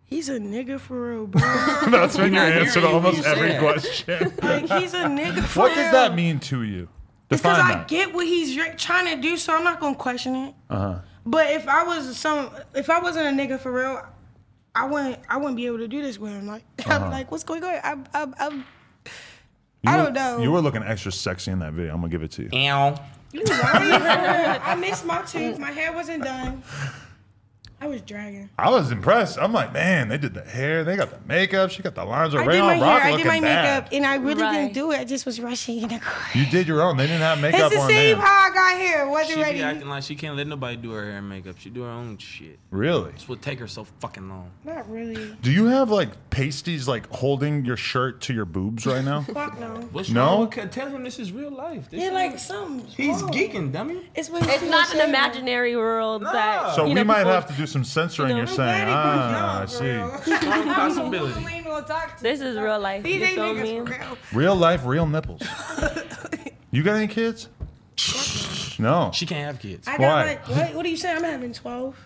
He's a nigga for
<laughs>
real, bro.
<laughs> That's been your
I hear
answer to
you when you
almost
say
every
that.
<laughs>
question.
like he's a nigga for
what
real.
does that mean to you?
Because
Define
I
that.
get what he's re- trying to do, so I'm not gonna question it.
Uh-huh.
But if I was some, if I wasn't a nigga for real, I wouldn't, I wouldn't be able to do this with him. Like, <laughs> I'd be like, what's going on? I, I, I, I
You-
don't know.
You Uh-huh. were looking extra sexy in that video. I'm gonna give it to you.
Ow.
you lying for real. I missed my tooth. My hair wasn't done. I was dragging.
I was impressed. I'm like, man, they did the hair, they got the makeup, she got the lines
I
around.
did my
Rock
hair, I did
looking
my
bad.
makeup, and I really
Right.
didn't do it. I just was rushing in the car. <laughs>
You did your own. They didn't have makeup
It's the
on
same
them.
how I got here. Wasn't
She
ready.
be acting like she can't let nobody do her hair and makeup. She do her own shit.
Really?
This would take her so fucking long.
Not really.
Do you have like pasties like holding your shirt to your boobs right
<laughs>
now?
Fuck no.
What's
No?
wrong? with- Ca- Tell him this is real life. This
Yeah,
is-
like oh. something.
he's
wrong.
geeking, dummy.
It's, what
It's
he's
not an
saying.
imaginary world
Nah.
that.
so
you
we
know,
might
people-
have to do some censoring.
you know,
You're
I'm
saying, ah, I
Glad he grew
see.
young, for real. <laughs>
Strong possibility.
We ain't gonna talk to
This
you.
is real life,
These
you
ain't
feel
niggas
me?
for real.
Real life, real
<laughs>
nipples. you got any kids? no.
She can't have kids.
I
Why?
got like, what, what are you saying? I'm having 12.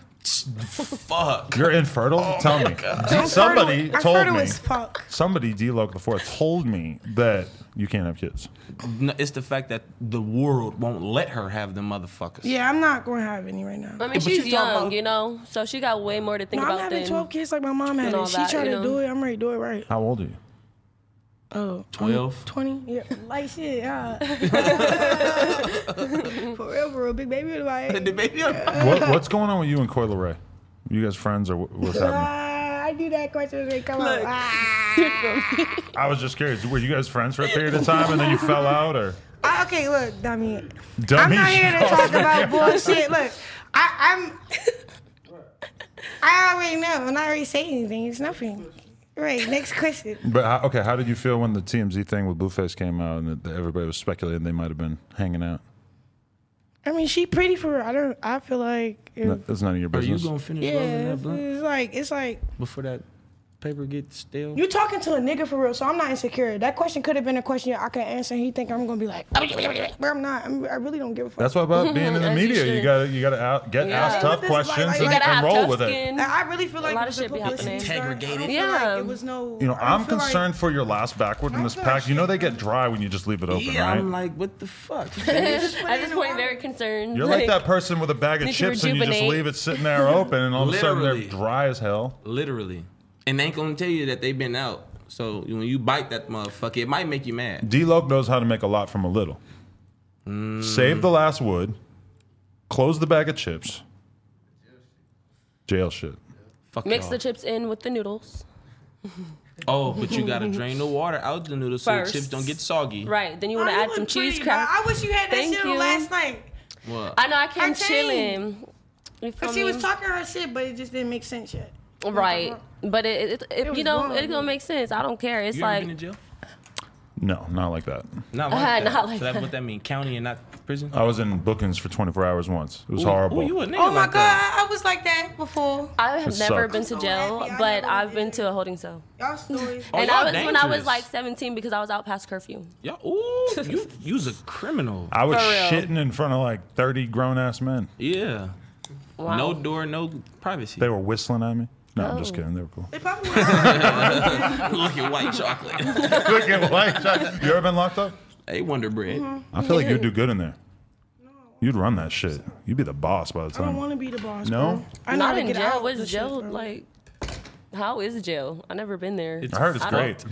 Fuck.
You're infertile?
Oh
Tell me.
I'm
Somebody
fertile- I'm
told
fertile
me.
as fuck.
Somebody, D-Log the Fourth, told me that you can't have kids.
No, it's the fact that the world won't let her have the motherfuckers.
Yeah, I'm not gonna have any right now.
I mean,
But you
she's
talking
young,
about-
you know, so she got way more to think
No, I'm
about
having
than
12 kids like my mom had.
and all
It. She
that,
tried
you
to
know.
do it. I'm ready to do it right.
How old are you?
Oh,
12?
20?
<laughs>
Yeah. Like shit, yeah.
<laughs>
<laughs> for real, for real. Big baby with my
The baby-
Uh,
what, what's going on with you and Coil Ray? You guys friends or wh- what's happening?
Ah, I do that question when they come up.
Look.
Ah.
I was just curious. Were you guys friends for a period of time and then you fell out or?
I- Ah, okay, look, dummy.
Dummy.
I'm not here
<laughs>
to talk about bullshit. Look, I, I'm. I already know. I'm not already saying anything. It's nothing. Right. Next question.
but how, okay, how did you feel when the TMZ thing with Blueface came out and that everybody was speculating they might have been hanging out?
I mean, she pretty for. real. I don't. I feel like. If,
No, that's none of your
Are you
business.
gonna finish
yeah.
rolling that
It's,
blunt
it's like it's like
before that paper gets stale?
you talking to a nigga for real. So I'm not insecure. That question could have been a question I could answer. and He think I'm gonna be like, but I'm not. I'm, I really don't give a fuck.
that's what about being in the
As you
media. You
should.
gotta you gotta out, get
Yeah.
asked tough
With this light,
questions
like-
and,
You
gotta
and
have
roll
tough
with it.
skin.
I I really feel like
lot
it
of
was
shit be
publicity
happening.
stunt. I don't feel
Yeah.
like it was no.
You know,
I don't
I'm
feel like-
concerned for your last backward in
I'm
this
not
pack. You know
sure.
they get dry when you just leave it open,
Yeah,
right?
I'm like, what the fuck?
<laughs> At this point, very concerned.
You're
<laughs>
like, that person with a bag of
need to
chips and you just
rejuvenate.
leave it sitting there open and all of a sudden they're
Literally.
dry as hell.
Literally. And they ain't gonna tell you that they've been out. So when you bite that motherfucker, it might make you mad.
D Loke knows how to make a lot from a little. Save the last wood, close the bag of chips, jail shit.
Fuck
Mix
y'all.
the chips in with the noodles.
Oh, but you
<laughs>
gotta drain the water out the noodles so the
First.
chips don't get soggy.
Right. Then you want
Oh,
to
you
add
look
some cheese
pretty, bro.
crackers.
I wish you had that
Thank
shit on
you.
last night.
What?
I know I came
Her chain.
chilling. You feel
Cause she
me?
was talking her shit, but it just didn't make sense yet.
right, but it, it, it,
was
you know
wrong.
it don't make sense. I don't care. It's
you
like
ever been in
<laughs>
jail?
No, not like that.
Not
Uh,
like that.
not like
so that,
that.
what that mean? County and not prison?
I was in bookings for 24 hours once. It was Oh, horrible.
Ooh, you a nigga
Oh my
like
god,
that.
I, I was like that before.
I have
It
never
sucks.
been to
I'm so
jail,
happy Oh, I
but
never
I've been
did.
to a holding cell.
Y'all stories.
Oh,
and
y'all
I was when I was
dangerous.
like 17 because I was out past curfew.
Yo, ooh, you you's a criminal.
I was
For real.
shitting in front of like 30 grown ass men.
Yeah.
Wow.
No door, no privacy.
They
<laughs>
were whistling at me. No, I'm just
Oh.
kidding. They were cool.
They probably were.
Look at white chocolate.
<laughs>
Look at <laughs> white chocolate. You ever been locked up?
hey, Wonder Bread.
Mm-hmm.
I feel like you'd do good in there. You'd run that shit. You'd be the boss by the
I don't want
time.
to be the boss.
No?
bro. I know how
Not
to
in
get
jail.
out
What's
the shit,
jail
bro.
like? How is jail? I never been there.
I heard it's
I don't-
great.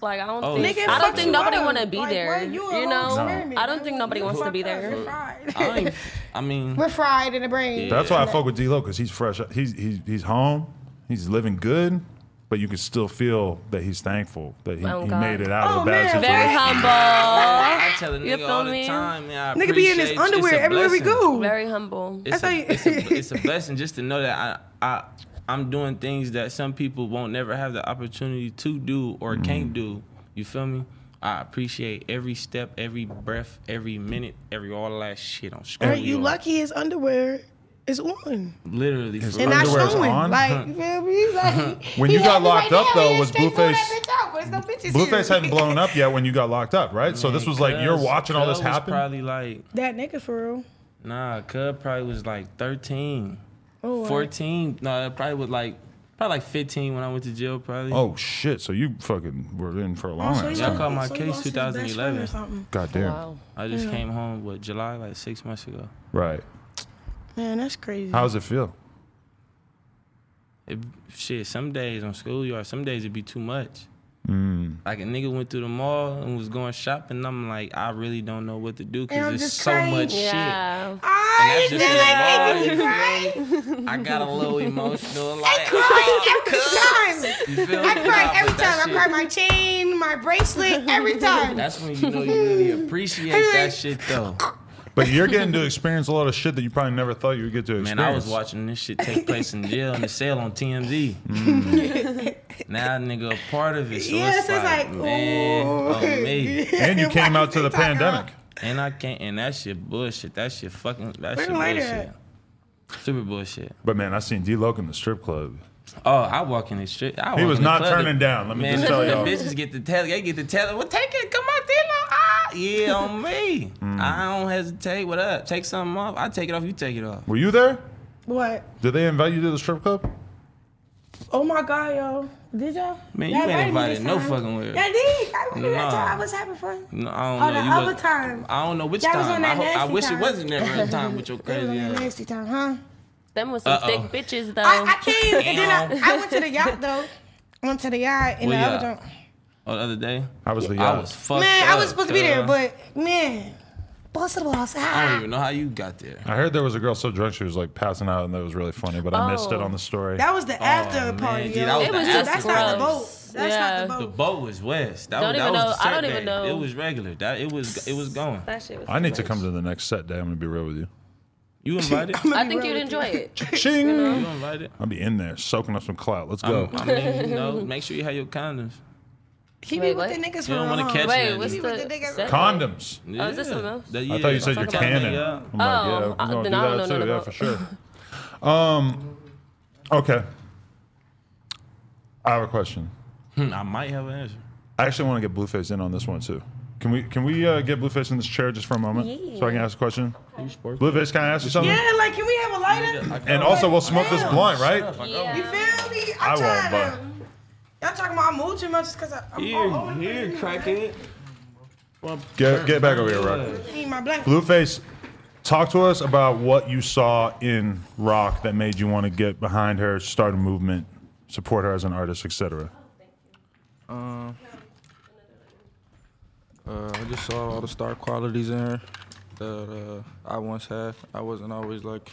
Like I don't
Oh,
think
Nigga,
I don't
fuck
think
you
nobody
up.
want to be
Like,
there.
where
You,
you are
know,
No.
experiment,
I don't think
bro.
nobody
You
wants to be
fucked us.
there.
We're fried.
I, ain't- I mean,
We're fried in the brain.
That's why I fuck with D-Lo because he's fresh. He's, he's he's home. He's living good, but you can still feel that he's thankful that he,
Oh,
he
God.
made it out of
Oh,
a bad
man.
situation.
Very humble.
Ah,
I tell a
You
nigga
feel
all the
me?
time, man. I
Nigga be in his
appreciate you. It's
underwear
a
everywhere we
blessing.
go.
Very humble.
It's
That's
a,
how you- <laughs>
it's, a, it's a blessing just to know that I, I, I'm doing things that some people won't never have the opportunity to do or
Mm.
can't do. You feel me? I appreciate every step, every breath, every minute, every all that shit on screen.
Right, you lucky his underwear is on
Literally. For
and not
Underwear's
showing.
on?
Like, you feel me? He's Like,
<laughs> When
he
you got
happy
locked
right
up,
now,
though,
he
was
straight
Blueface-
pulling that bitch out, but it's no bitches
Blueface
here.
hadn't blown up yet when you got locked up, right? so this was like you're
Cuz-
watching all this
Cuz was
happen.
Probably like
<laughs> that nigga for real.
nah, Cub probably was like 13,
Oh, wow.
14. No, that probably was like probably like 15 when I went to jail. Probably.
oh shit! So you fucking were in for a long
Oh, so
ass
he
Y'all
time.
lost-
caught my
so he
case
lost his best friend
2011.
or something.
God damn.
Wow.
I just came home with July like six months ago.
Right.
Man, that's crazy.
How does it feel?
It, shit, some days on schoolyard, some days it'd be too much. Like a nigga went through the mall and was going shopping. I'm like, I really don't know what to do
And I'm
because there's
just
so
crying.
much
Yeah.
I
And that's
feel
just
like
the
making you cry.
shit. I got a little emotional.
I
Like,
cry every time.
<laughs> you feel me?
I cry
Nah,
every
but that
time. I cry
shit-
my chain, my <laughs> bracelet, every time.
That's when you know
<laughs>
you really appreciate that shit though.
But you're getting to experience a lot of shit that you probably never thought you would get to experience.
Man, I was watching this shit take place in jail in the cell on TMZ. now, nigga, a part of it. So
Yes,
it's,
Mm. it's
like,
like,
man,
ooh.
oh, me.
<laughs>
And you came
Why
out to the
TikTok out?
pandemic.
And I can't. And that shit bullshit. That shit fucking. That
Where
shit
the light
bullshit. Super bullshit.
But man, I seen D Loke in the strip club.
Oh, I walk in the street. I
He was
walk Oh, in the
not
club.
turning down. Let me
Man,
just tell
the
y'all.
bitches get to tell. They get to tell. Well, take it. Come out there. Like, ah, yeah, on me.
Mm.
I don't hesitate. What up? Take something off. I take it off. You take it off.
Were you there?
What?
Did they invite you to the strip club?
Oh my God, yo. Did y'all?
Man,
Y'all
you ain't
me this
invited no
time.
fucking where.
Y'all did. I remember that
Nah.
time. I was having fun.
No, I don't
Oh,
know.
the
You
other
was-
time.
I don't know which
That
time.
was on
I,
that
hope, I
nasty
wish it
time.
wasn't that other time with your
It was on <laughs>
crazy
that
ass.
nasty time, huh?
Them was some
Uh-oh.
thick bitches though.
I, I came and then I, I went to the yacht though. Went to the yacht and
Where
the other
yacht?
time.
Oh, the other day.
I was the
I
yacht.
was fucked
Man, I was
up,
supposed to be there,
cuz.
but man, boss of the boss.
I don't
Ah,
even know how you got there.
I heard there was a girl so drunk she was like passing out, and that was really funny. But I missed it
Oh.
on the story.
that was the after
man,
party.
dude,
yo.
that was
it was
the
just
that's
after
not the boat.
gross.
That's
yeah.
not
The
the boat.
boat was west. That
Don't
was,
even
that
know-
was the
I don't
set day.
even know.
It was regular. That it was it was going.
That shit was
I need to
gross.
come to the next set day. I'm gonna be real with you.
You
<laughs>
invited?
I think you'd enjoy it.
Ching!
you invited?
I'll be in there soaking up some clout. Let's go.
Um, I mean,
<laughs>
you know, make sure you have your condoms.
He
Wait,
be with
what?
the niggas for
You don't
real,
wanna
huh?
catch
Wait,
nothing.
what's
He
the,
was the nigga-
set?
Condoms.
Oh, is this something else?
That-
I thought you
yeah,
said you're
talk about
canning.
that,
I'm like,
yeah.
Oh,
yeah,
uh,
I'm gonna
then
do
I don't
that
know
too.
none
Yeah,
about-
for sure. Um, okay. I have a question.
Hmm, <clears throat> I might have an answer.
I actually want to get Blueface in on this one too. Can we can we uh, get Blueface in this chair just for a moment so I can ask a question?
You sports?
Blueface, can I ask you something?
Yeah, like can we have a lighter?
And also, we'll smoke this
Damn.
blunt, right?
You
Yeah.
feel me?
I
I'm
won't,
tired
but-
of y'all talking about I move too much just cause I, I'm
Here,
all over
here,
the place.
crackhead. Well,
Get get back over here, Rock.
I need my blanket.
Blueface, talk to us about what you saw in Rock that made you want to get behind her, start a movement, support her as an artist, etc.
Uh, I just saw all the star qualities in her that uh, I once had. I wasn't always like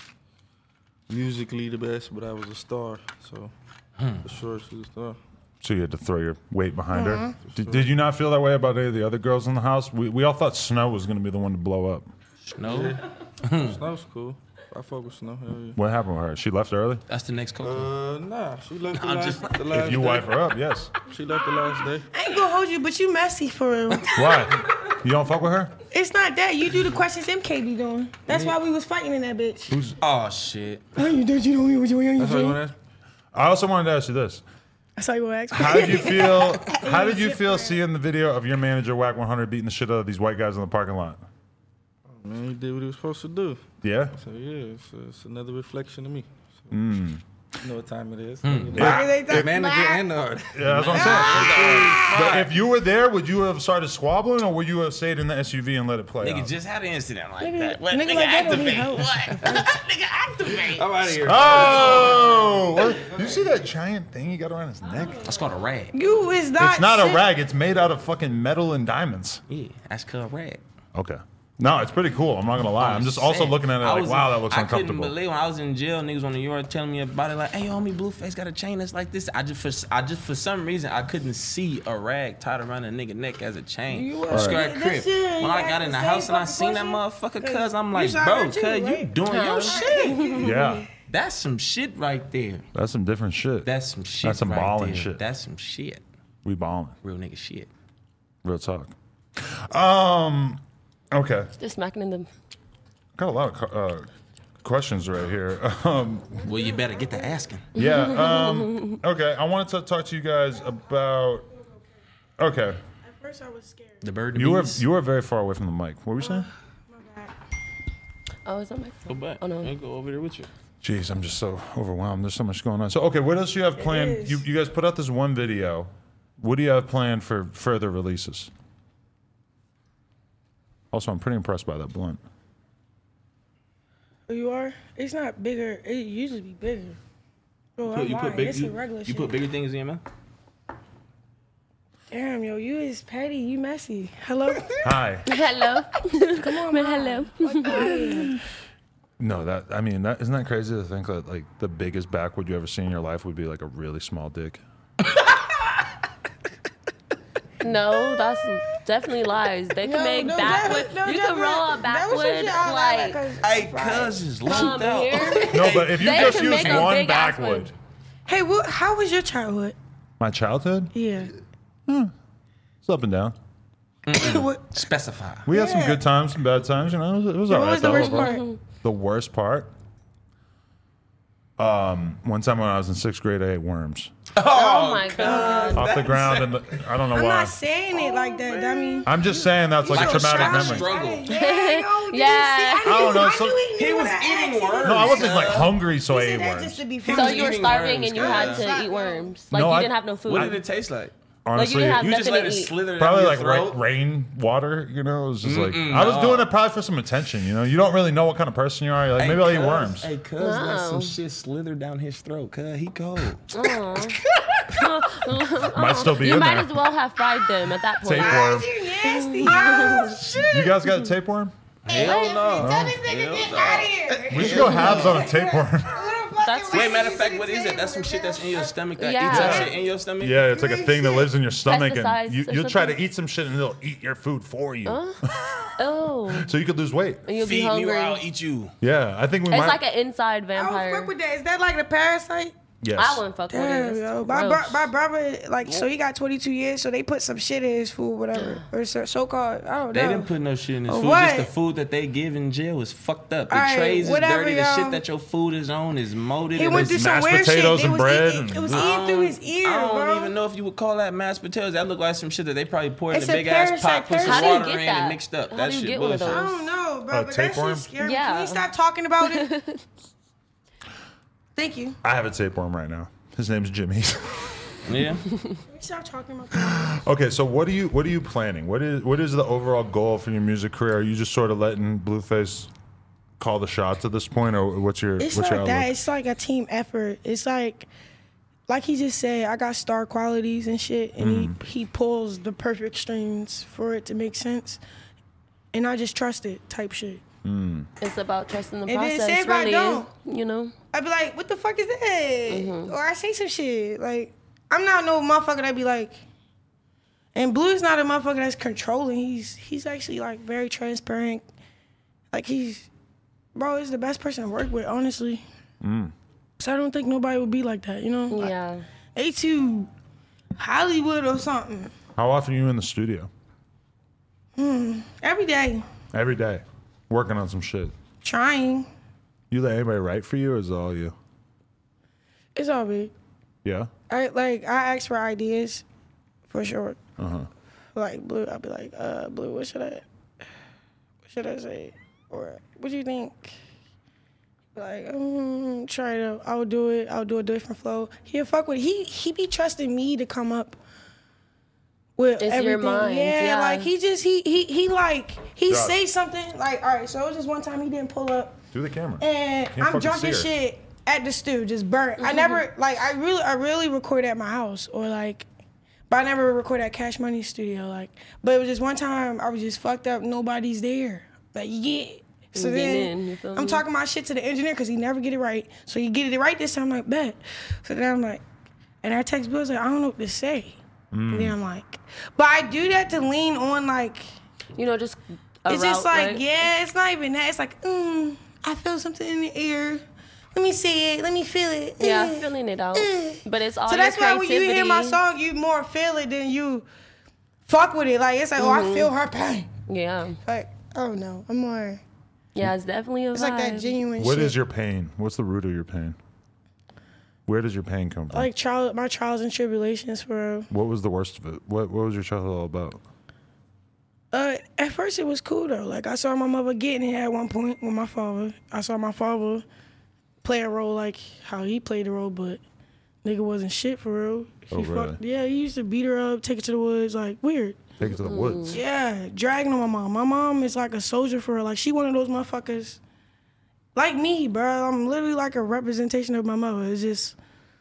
Hmm.
musically the best, but I was a star. So for sure, she's a star.
So you had to throw your weight behind her. Did, did you not feel that way about any of the other girls in the house? We, we all thought Snow was going to be the one to blow up.
No,
Snow's cool. I fuck with snow. Hell yeah.
What happened with her? She left early?
that's the next coach.
Uh, nah, she left the
I'm
last,
just
the last
If you
day.
wife her up, yes.
She left the last day.
I ain't gonna hold you, but you messy for <laughs> real.
Why? You don't fuck with her?
it's not that. You do the questions MK be doing. That's why we was fighting in that bitch.
oh shit.
Oh, you did. You don't hear what you
That's what you want to ask?
I also wanted to ask you this.
I saw you ask.
How did you feel? How did you feel seeing the video of your manager Whack 100 beating the shit out of these white guys in the parking lot?
Man, he did what he was supposed to do.
Yeah.
So yeah, it's, it's another reflection of me. So,
Hmm.
You know what time it is. You know,
Why they
the
talk-
manager and the artist.
Yeah, that's what I'm saying. But if you were there, would you have started squabbling, or would you have stayed in the SUV and let it play?
Nigga
out?
just had an incident like
Nigga,
that. What,
nigga
nigga,
like that don't need
activate.
help.
What? nigga activate.
I'm out of here.
Oh, what- you see that giant thing he got around his neck?
That's called a rag.
You is not.
It's not a
shit.
rag. It's made out of fucking metal and diamonds.
Yeah, that's called a rag.
Okay. No, it's pretty cool. I'm not gonna lie. I'm just also
Saying.
looking at it
Oh, I
like,
was-
wow, that looks
I couldn't
uncomfortable.
believe when I was in jail, niggas on the yard telling me about it. Like, hey, homie, Blueface got a chain that's like this. I just, for, I just for some reason, I couldn't see a rag tied around a nigga neck as a chain.
You
You
were-
right.
Right.
crib.
That's it.
When
You
I
had
got
the
in the
same
house and I
fucking
seen that
question?
motherfucker, cuz I'm
You
like,
shot
bro,
her
cuz
too,
you
right?
doing
<laughs>
your shit.
Yeah,
That's some shit right there.
that's some different shit.
That's some shit.
That's some
right
ballin'
there.
shit.
That's some shit.
we balling.
Real nigga shit.
Real talk. Um. Okay.
Just smacking in them.
Got a lot of co- uh, questions right here. <laughs> Um,
Well, you better get to asking.
yeah. Um, okay. I wanted to talk to you guys about. Okay.
At first, I was scared.
The bird.
You were you were very far away from the mic. What were you saying?
My bad.
Oh, is that my
Go back.
Oh, no.
And go over there with you.
Jeez, I'm just so overwhelmed. There's so much going on. So okay, what else you have planned?
is.
You you guys put out this one video. What do you have planned for further releases? Also, I'm pretty impressed by that blunt.
Oh, You are. It's not bigger. It usually be bigger. Bro, I'm
you
lying.
put big,
It's
you,
a regular
you
shit.
put bigger things in your mouth.
Damn, yo, you is petty. You messy. Hello. <laughs>
Hi.
<laughs> Hello. Come on, man. Hello.
No, that I mean that isn't that crazy to think that like the biggest backward you ever see in your life would be like a really small dick.
No, that's definitely lies. They can
No,
make
no,
backwood.
that- no,
you
that
can
was-
roll a
that was
backwood
just y'all lying,
like
'cause-
Hey, cousins,
um,
locked out.
here.
No, but if you
They
just
can
use
make a
one
big ass one.
backwood,
Hey, what? How was your childhood?
my childhood,
<coughs>
Yeah. <coughs>
it's up and down.
what,
Specify.
We had some
Yeah.
good times, some bad times. You know, it was, it was all
what
right.
was the
though.
worst part?
<laughs> The worst part. Um, one time when I was in sixth grade, I ate worms
Oh my god.
off the ground, and the, I don't know
I'm
why.
not saying it like that. I mean,
I'm just saying that's like,
Like
a
a
traumatic
child
memory.
struggle.
Yeah. yo, did you see-
Yeah.
I didn't
I don't know,
why
some-
you eating
He
it
was
when I
eating
asked you?
worms.
No, I wasn't like hungry, so I
Said
ate
that
worms.
just to be
So
was
funny.
you were
eating
starving
worms,
and you had
cuz.
to eat worms. Like
No,
you
I-
didn't have no food.
What did it taste like?
Like you
Honestly,
didn't have
You just
nothing
let
to
it
eat.
slither down
probably
your
like ra-
throat. Mm,
rain water. You know, it was just like I was doing it probably for some attention. You know, you don't really know what kind of person you are. You're like maybe I'll eat
cuz-
worms.
Hey, cuz let
No.
some shit slither down his throat. Cuz he <laughs> cold.
Might still be
you
in
might
there.
as well have fried them at that point.
Tapeworm.
You nasty. Oh, yo.
You guys got a tapeworm?
Hell no.
Tell this nigga get out of here.
We should go halves on a tapeworm.
<laughs>
That's-
Wait, matter of fact, what is it? That's some shit that's in your stomach that eats
Yeah.
up shit in your stomach.
Yeah, it's like a thing that lives in your stomach,
Pesticides
and you,
or
you'll try to
something?
eat some shit, and they'll eat your food for you,
<laughs> Oh, and
so you could lose weight.
you'll be
Feed me
hungry.
or I'll
It's
eat you.
Yeah, I think we might.
like an inside
I don't fuck
vampire.
with that. Is that like the parasite?
yes.
I wouldn't fuck with it.
Damn,
It's
yo. My, bro-
gross.
my brother, like, so he got 22 years, so they put some shit in his food, whatever. Or so, so-called, I don't
They
know.
didn't put no shit in this
Oh,
food.
what?
Just the food that they give in jail is fucked up. The
All right,
trays is
whatever,
dirty. The
y'all.
shit that your food is on is molded.
he
and
went
it's
through some
mashed
weird shit.
potatoes
They
and
was
bread
eating-
and-
It was
I
eating
don't-
through his ear,
I don't
bro.
even know if you would call that mashed potatoes. That look like some shit that they probably poured
It's
in
a
a big ass
parasite,
pot, put some
How do you
water
get
in,
that?
and mixed up.
How
that
do you
shit
get one of
bullshit.
those?
I don't know, bro,
Oh,
but that
tapeworm?
shit scary. Can
Yeah.
we stop talking about it?
<laughs>
Thank you.
I have a tapeworm right now. His name's Jimmy. <laughs>
<laughs>
Yeah.
Can we stop talking about that?
okay, so what do you what are you planning? What is what is the overall goal for your music career? Are you just sort of letting Blueface call the shots at this point, or what's your
It's
what's
not
your outlook?
that. It's like a team effort. It's like, like he just said, I got star qualities and shit, and he, he pulls the perfect strings for it to make sense. And I just trust it, type shit.
It's about trusting the
And then
process,
say if I
really.
don't.
You know,
I'd be like, what the fuck is that? Or I say some shit. Like, I I'm not no motherfucker that be like. And Blue's not a motherfucker that's controlling. He's he's actually like very transparent. Like he's, bro, he's the best person to work with, honestly. So I don't think nobody would be like that, you know. Like,
Yeah.
they too Hollywood or something.
How often are you in the studio?
Every day,
Every day, working on some shit.
trying.
You let anybody write for you, or is it all you?
It's all big.
Yeah.
I like I ask for ideas, for sure.
Uh-huh.
Like blue, I'll be like, uh, blue, what should I, what should I say, or what do you think? Like, um, try to, I'll do it. I'll do a different flow. He'll fuck with. He he be trusting me to come up with
It's your
everything.
mind,
yeah,
yeah.
like he just he he he like he
Yeah.
say something like, all right. So it was just one time he didn't pull up.
Do the camera.
And
Can't
Eh, I'm
fucking
drunk
see
as
her.
shit at the stew, just burnt. I never
<laughs>
like I really I really record at my house or like but I never record at Cash Money Studio, like but it was just one time I was just fucked up, nobody's there. Like yeah. So
You getting
then
in, you feel
I'm
me?
talking my shit to the engineer because he never get it right. So you get it right this time, I'm like, bet. So then I'm like, and I text Bill, I was like, I don't know what to say.
Mm.
And then I'm like, but I do that to lean on like
You know, just a
it's just
route,
like,
right?
yeah, it's not even that. It's like, mm, I feel something in the air. Let me see it. Let me feel it.
Yeah,
Eh.
I'm feeling it out.
Eh.
But it's all
So that's
your
why when you
creativity.
hear my song, you more feel it than you fuck with it. Like it's like,
Mm-hmm.
oh, I feel her pain.
Yeah.
Like, oh no, I'm more.
Yeah, it's definitely a
It's
vibe.
like that genuine.
What
shit.
is your pain? What's the root of your pain? Where does your pain come from?
like trial, my trials and tribulations, bro?
what was the worst of it? What What was your childhood all about?
Uh, at first it was cool though. Like I saw my mother getting it at one point with my father. I saw my father play a role like how he played the role, but nigga wasn't shit for real. He
Oh, really?
fucked, yeah, he used to beat her up, take her to the woods, like weird.
Take it to the woods.
Yeah, dragging on my mom. My mom is like a soldier for her. Like she one of those motherfuckers. Like me, bro. I'm literally like a representation of my mother. It's just <sighs>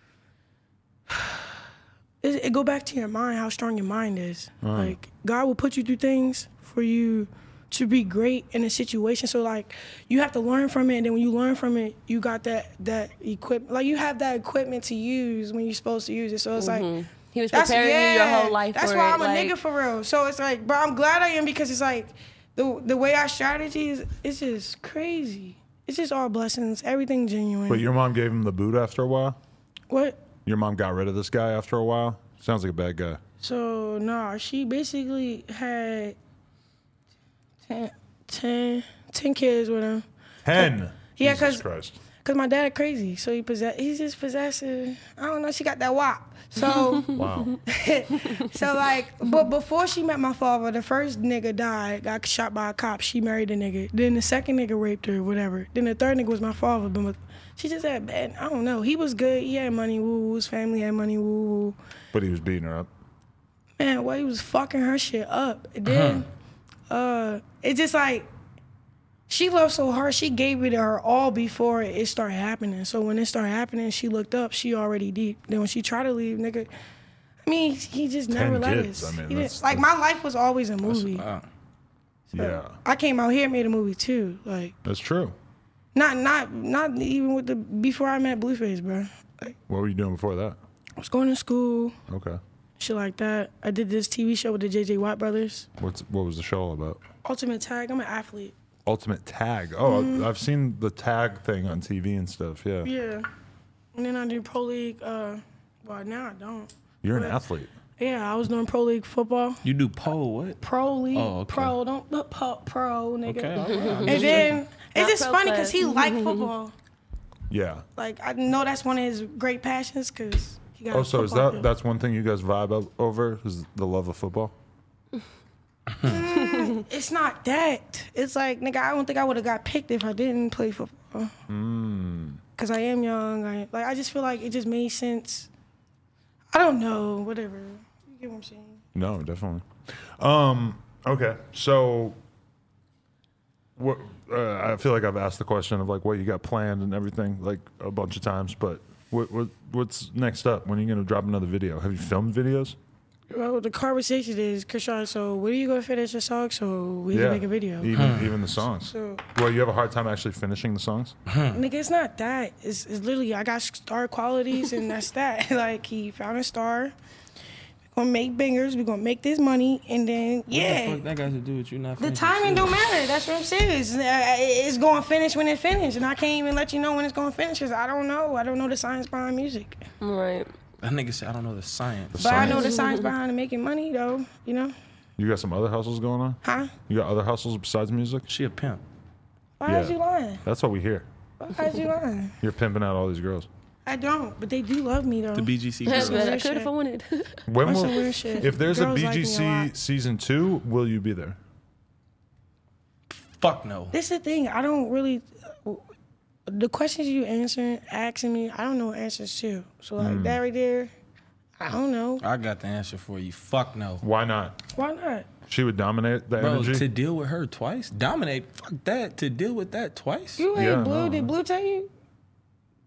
it, it go back to your mind, how strong your mind is. Like God will put you through things for you to be great in a situation. So like you have to learn from it and then when you learn from it, you got that that equipment like you have that equipment to use when you're supposed to use it. So it's like
He was preparing you your whole life
that's
for
why
it.
I'm a
like,
nigga for real. So it's like, bro, I'm glad I am because it's like the the way our strategy is. It's just crazy. It's just all blessings. Everything genuine.
But your mom gave him the boot after a while.
what?
Your mom got rid of this guy after a while. Sounds like a bad guy.
So nah, she basically had 10, 10, 10 kids with him.
Hen.
Yeah,
Jesus
'cause- <laughs>
Christ.
Cause my dad crazy, so he possess. He's just possessive. I don't know. She got that wop.
<laughs>
So.
Wow.
<laughs> So like, but before she met my father, the first nigga died, got shot by a cop. She married a nigga. Then the second nigga raped her, whatever. Then the third nigga was my father, but with- she just had bad. I don't know. He was good. He had money. Woo woo. His family had money. Woo woo.
but he was beating her up.
Man, well, he was fucking her shit up. And
Uh-huh.
then, uh, it's just like. She loved so hard. She gave it her all before it started happening. So when it started happening, she looked up. She already deep. Then when she tried to leave, nigga, I mean, he just never let
kids,
us.
I mean,
He didn't-
that's-
like my life was always a movie.
Wow.
Yeah,
I came out here and made a movie too. Like
that's true.
not not not even with the before I met Blueface, bro. Like
What were you doing before that?
I was going to school,
Okay.
shit like that. I did this TV show with the JJ Watt brothers,
What's what was the show all about?
Ultimate Tag. I'm an athlete.
Ultimate Tag. Oh, I've seen the tag thing on TV and stuff. Yeah.
Mm. Yeah, and then I do pro league. Uh, well now I don't.
You're an athlete.
Yeah, I was doing pro league football,
You do pole <laughs> what?
pro league,
Oh, okay.
pro. Don't put pro, pro nigga.
Okay, all right.
And then it's
Not
just
pro
funny because <laughs>
class.
he liked football.
Yeah.
Like I know that's one of his great passions because he got.
Oh,
a
so is
football
that
field.
that's one thing you guys vibe up over is the love of football?
It's not that. It's like, nigga, I don't think I would have got picked if I didn't play football.
Hmm.
Cause I am young. I like. I just feel like it just made sense. I don't know. Whatever. You get what I'm saying?
No, definitely. Um. Okay. So. What uh, I feel like I've asked the question of like what you got planned and everything like a bunch of times, but what, what what's next up? When are you gonna drop another video? Have you filmed videos?
Well, the conversation is, Krishan, so when are you going to finish the song so we can make a video?
Even, even the songs.
So-
well, you have a hard time actually finishing the songs.
Hmm.
Nigga, it's not that. It's, it's literally, I got star qualities and that's that. <laughs> like, he found a star. We're going to make bangers. We're going to make this money. And then,
What the
yeah.
fuck that got to do with you not
The
finishing
timing
shit?
don't matter. That's what I'm saying. It's, uh, it's going to finish when it finishes. And I can't even let you know when it's going to finish because I don't know. I don't know the science behind music.
Right.
That nigga said, I don't know the science.
But I know
Science.
the science behind making money, though. You know?
You got some other hustles going on?
Huh?
You got other hustles besides music?
She a pimp.
Why
Yeah.
is you lying?
That's what we hear.
Why is you lying?
You're pimping out all these girls.
I don't, but they do love me, though.
The BGC
Heck,
girl.
man, I
weird
could if
shit.
I wanted.
When
That's
will,
some weird shit.
if there's
Girls
a
like me a
BGC
lot.
season two, will you be there?
Fuck no.
This is the thing. I don't really. The questions you answering, asking me, I don't know answers to. So
Hmm.
like that right there, I don't know.
I got the answer for you. Fuck no.
Why not?
Why not?
She would dominate the
Bro,
energy.
to deal with her twice? Dominate? Fuck that. To deal with that twice?
You ain't
Yeah,
blue.
no.
Did blue tell you?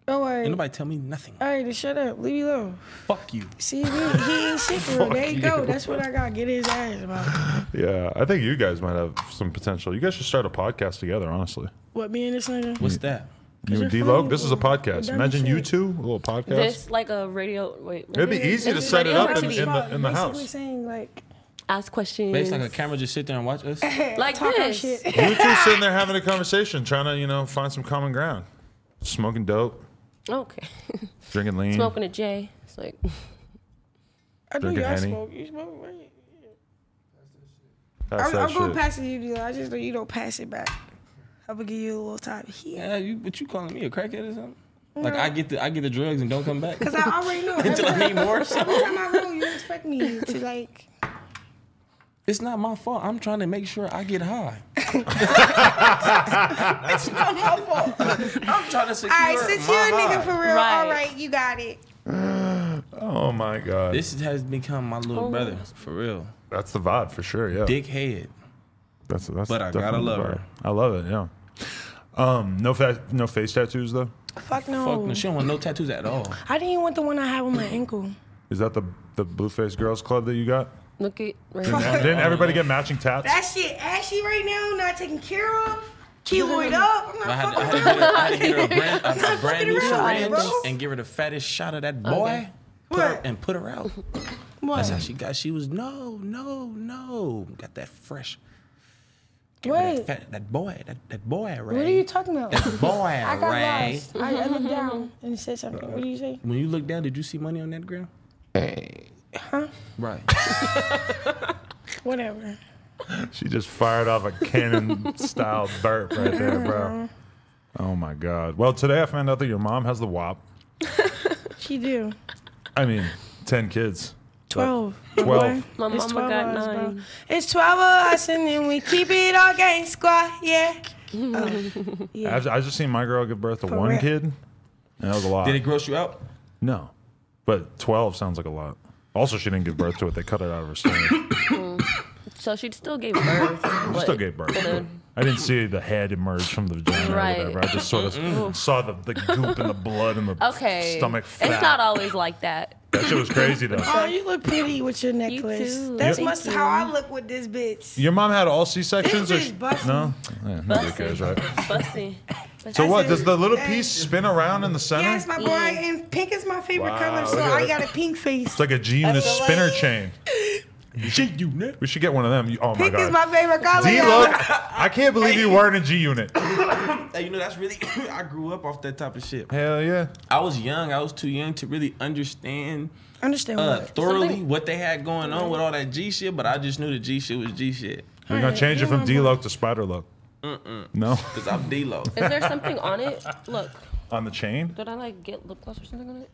Oh
Ain't
wait.
nobody tell me nothing.
All right, then shut up. Leave me alone.
Fuck you.
See, he, he ain't shit
<laughs>
for real. There you go. That's what I got. to Get his ass about.
yeah, I think you guys might have some potential. You guys should start a podcast together, honestly.
What me and this nigga?
What's that?
You
you're
and D Lo,
funny.
this is a podcast.
Dumb
Imagine you
shit.
two, a little podcast.
<laughs> this like a radio. Wait.
It'd be easy to
It's
set it
radio
up in,
and
in
TV.
the, in the
Basically
house.
saying like,
ask questions.
Based like a camera just sit there and watch us?
<laughs>
Like
talk our
this.
shit.
You two sitting there having a conversation, trying to, you know, find some common ground. Smoking dope,
Okay. <laughs>
drinking lean.
Smoking a J. It's like <laughs>
I know
Drinking
y'all
Henny.
smoke. You smoke, right?
That's
I'm,
that
I'm gonna
shit.
pass it to you, D-Lo. I just know you don't pass it back. I'm gonna give you a little time here. <laughs>
Yeah, you, but you calling me a crackhead or something? Like I get the I get the drugs and don't come <laughs> back
Cause I already know. Every
until I
time,
need more. or something?
every time I roll, you expect me to like. <laughs>
It's not my fault. I'm trying to make sure I get high. it's not my fault. I'm trying to secure
All right, since
my
you're a
high.
nigga for real,
Right.
all right, you got it.
Oh my god,
This has become my little
Oh.
brother for real.
that's the vibe for sure. Yeah,
Dickhead.
that's that's.
But I
definitely
gotta
the
love
vibe.
her.
I love it. Yeah. Um, no fa- no face tattoos though.
Fuck
Fuck
no.
no. She don't want no tattoos at all.
Oh. I didn't even want the one I have on my ankle.
Is that the the blue face girls club that you got?
look at
Fuck.
<laughs>
right.
Didn't everybody get matching tats?
That shit ashy right now, not taken care of, keloid up. I'm
I
not
had, to, I,
<laughs>
fucking
had to get her, I had to get
<laughs>
her a brand,
I'm
a
not
brand
fucking
new
around,
syringe
bro.
and give her the fattest shot of that boy
Okay.
put her-
What?
and put
<laughs>
her out. That's how
What?
she got. She was no, no, no. Got that fresh. Give her
Wait,
That, fat, that boy, that, that boy, Ray.
what are you talking about?
That boy,
<laughs> I got
Ray.
lost. I, I looked down and it said something. What do you say?
When you look down, did you see money on that ground? Huh? Right.
Whatever.
She just fired off a
<laughs>
cannon style burp right there, bro. Oh my god. Well, today I found out that your mom has the wop.
She do.
I mean, ten kids.
12.
Twelve.
My
It's
mama
12
got
of us, bro.
nine.
It's 12 of us and then we keep it all gang squad, yeah.
I've, I just seen my girl give birth to
For
one
real.
kid. And that was a lot.
Did it gross you <laughs> out?
no, but twelve sounds like a lot. Also, she didn't give birth to it. They cut it out of her stomach.
So she still gave birth.
She
but-
still gave birth.
but, uh,
I didn't see the head emerge from the vagina or
Right.
whatever. I just sort of saw the, the goop and the blood and the
Okay.
stomach fat.
It's not always like that.
that shit was crazy though.
<laughs> Oh, you look pretty with your necklace.
too.
That's
Yep.
must
Thank
how
you.
I look with this bitch.
Your mom had all C sections, or
This bitch
she-
busting.
no? Yeah, nobody cares, right?
Bussy.
So
I
what?
said-
Does the little
Hey.
piece spin around in the center?
Yes, my boy,
Yeah.
and pink is my favorite
Wow,
color, so
look at Oh
I
her.
got a pink face.
it's like a G unit
That's the
spinner
way-
chain.
She you ne-
We should get one of them. You- Oh my
Pink is
god.
my favorite
<laughs>
color.
D
y'all.
look,
<laughs>
I can't believe you weren't a G unit.
Hey, you know that's really. <coughs> I grew up off that type of shit.
Hell yeah.
I was young. I was too young to really understand
Understand
uh,
what?
thoroughly
Something-
what they had going on with all that G shit. But I just knew the G shit was G shit
We're gonna
Alright,
change it
you're
from
my
D
boy.
look to spider look. No,
because I'm <laughs> D-Lo.
Is there something on it? Look,
on the chain.
did I like get lip gloss or something on it?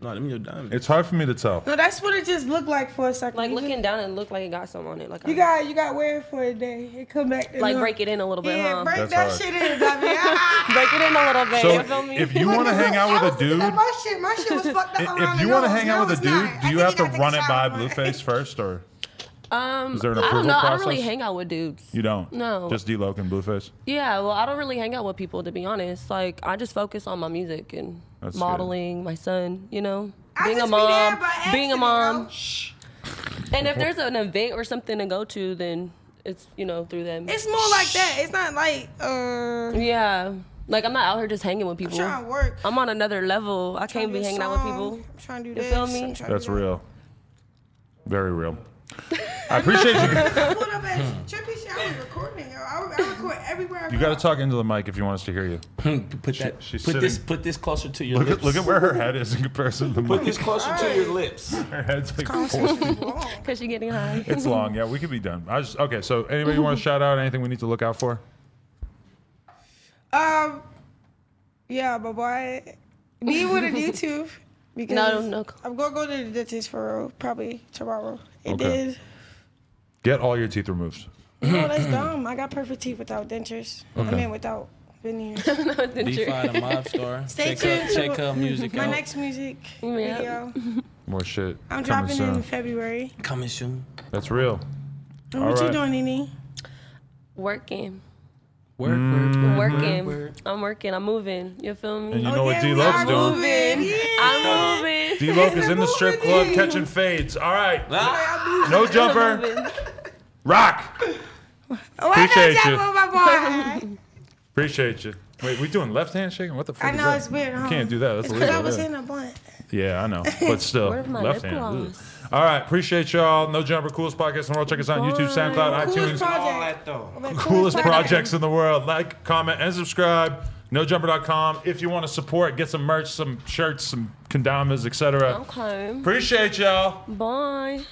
no, them your diamonds.
It's hard for me to tell.
No, that's what it just looked like for a second.
Like
You just-
looking down and look like it got something on it. Like
You
I-
got you got wear it for a day. It come back. to
like
normal.
break it in a little bit,
Yeah,
huh?
break
That's
that
hard.
shit in, baby. Ah,
Break it in a little bit.
So
you feel me?
if you want to hang out with a dude, i-
My shit, my shit was fucked up around
if
the
you want to
nose.
hang out
No,
with a
it's
dude,
not.
do
I
you
think
have
I
to
gotta take a
run it by
shower for
Blueface first, or
um,
is there an
I don't
approval
know. I
process?
don't really hang out with dudes.
You don't.
No.
Just D Loke and Blueface.
Yeah, well, I don't really hang out with people to be honest. Like I just focus on my music and
That's good.
modeling, my son. You know,
I
being a
just be there
mom,
by
being a
accident,
mom.
yo.
And if there's an event or something to go to, then it's you know through them.
It's more like that. It's not like uh,
yeah, like I'm not out here just hanging with people.
trying to work.
I'm on another level. I
trying
Uh,
to
can't be
do a
hanging out with
song.
people.
I'm trying to do
You
this.
feel me?
I'm trying to
That's
do that.
real. Very real. I appreciate
<laughs>
you.
I went up
Hmm.
at Trippy Shit. I was recording, yo. I, I record everywhere. I
You
go.
got to talk into the mic if you want us to hear you.
put that.
she's
put this.
sitting-
Put this closer to your
Look
lips.
at, look at where her head is in comparison to the
Put
mic.
this closer to your lips.
Her head's like <laughs> four-
<laughs> Long.
Cause you're getting high. <laughs>
It's long. Yeah, we could be done. I just okay. So anybody want to shout out? Anything we need to look out for?
Um, yeah, but why? Be with a
<laughs>
YouTube because
No, no. <laughs>
I'm gonna go to the dentist for real, probably tomorrow. It
Okay.
is.
Get all your teeth removed.
No, that's dumb. I got perfect teeth without dentures. I mean, without veneers.
DeFi the mob star.
Stay
check
tuned
Up,
to
check her
<laughs>
music
My
out.
next music video.
More shit. coming
I'm dropping
soon.
in February.
Coming soon.
That's real.
What
All
you
right.
doing, Nene?
Working,
Work,
I'm
work, work,
working.
work, work.
I'm working. I'm moving. You feel
And
me?
you know what
Oh, we
D Love's
are
doing?
moving. Yeah.
I'm moving.
D
<laughs>
Love is in the
moving
strip club
in.
catching fades. All right,
Ah,
no jumper.
Moving.
Rock.
Why
Appreciate
not
you.
jump on my boy?
Appreciate you. Wait, we doing left hand shaking? What the fuck?
I
is
know
that?
it's weird, huh?
You can't do that. That's
It's because I
illegal.
was
yeah.
in a blunt.
Yeah,
<laughs>
I know. But still,
Where's my
left
lip
hand. Ugh.
gloss?
All right, appreciate y'all. No jumper, coolest podcast in the world. Check us out on YouTube, SoundCloud,
Coolest
iTunes.
project.
all that though.
Like,
coolest projects in the world. Like, comment, and subscribe. NoJumper.com. If you want to support, get some
Oh.
merch, some shirts, some condomas, etc.
Okay.
Appreciate y'all.
Bye.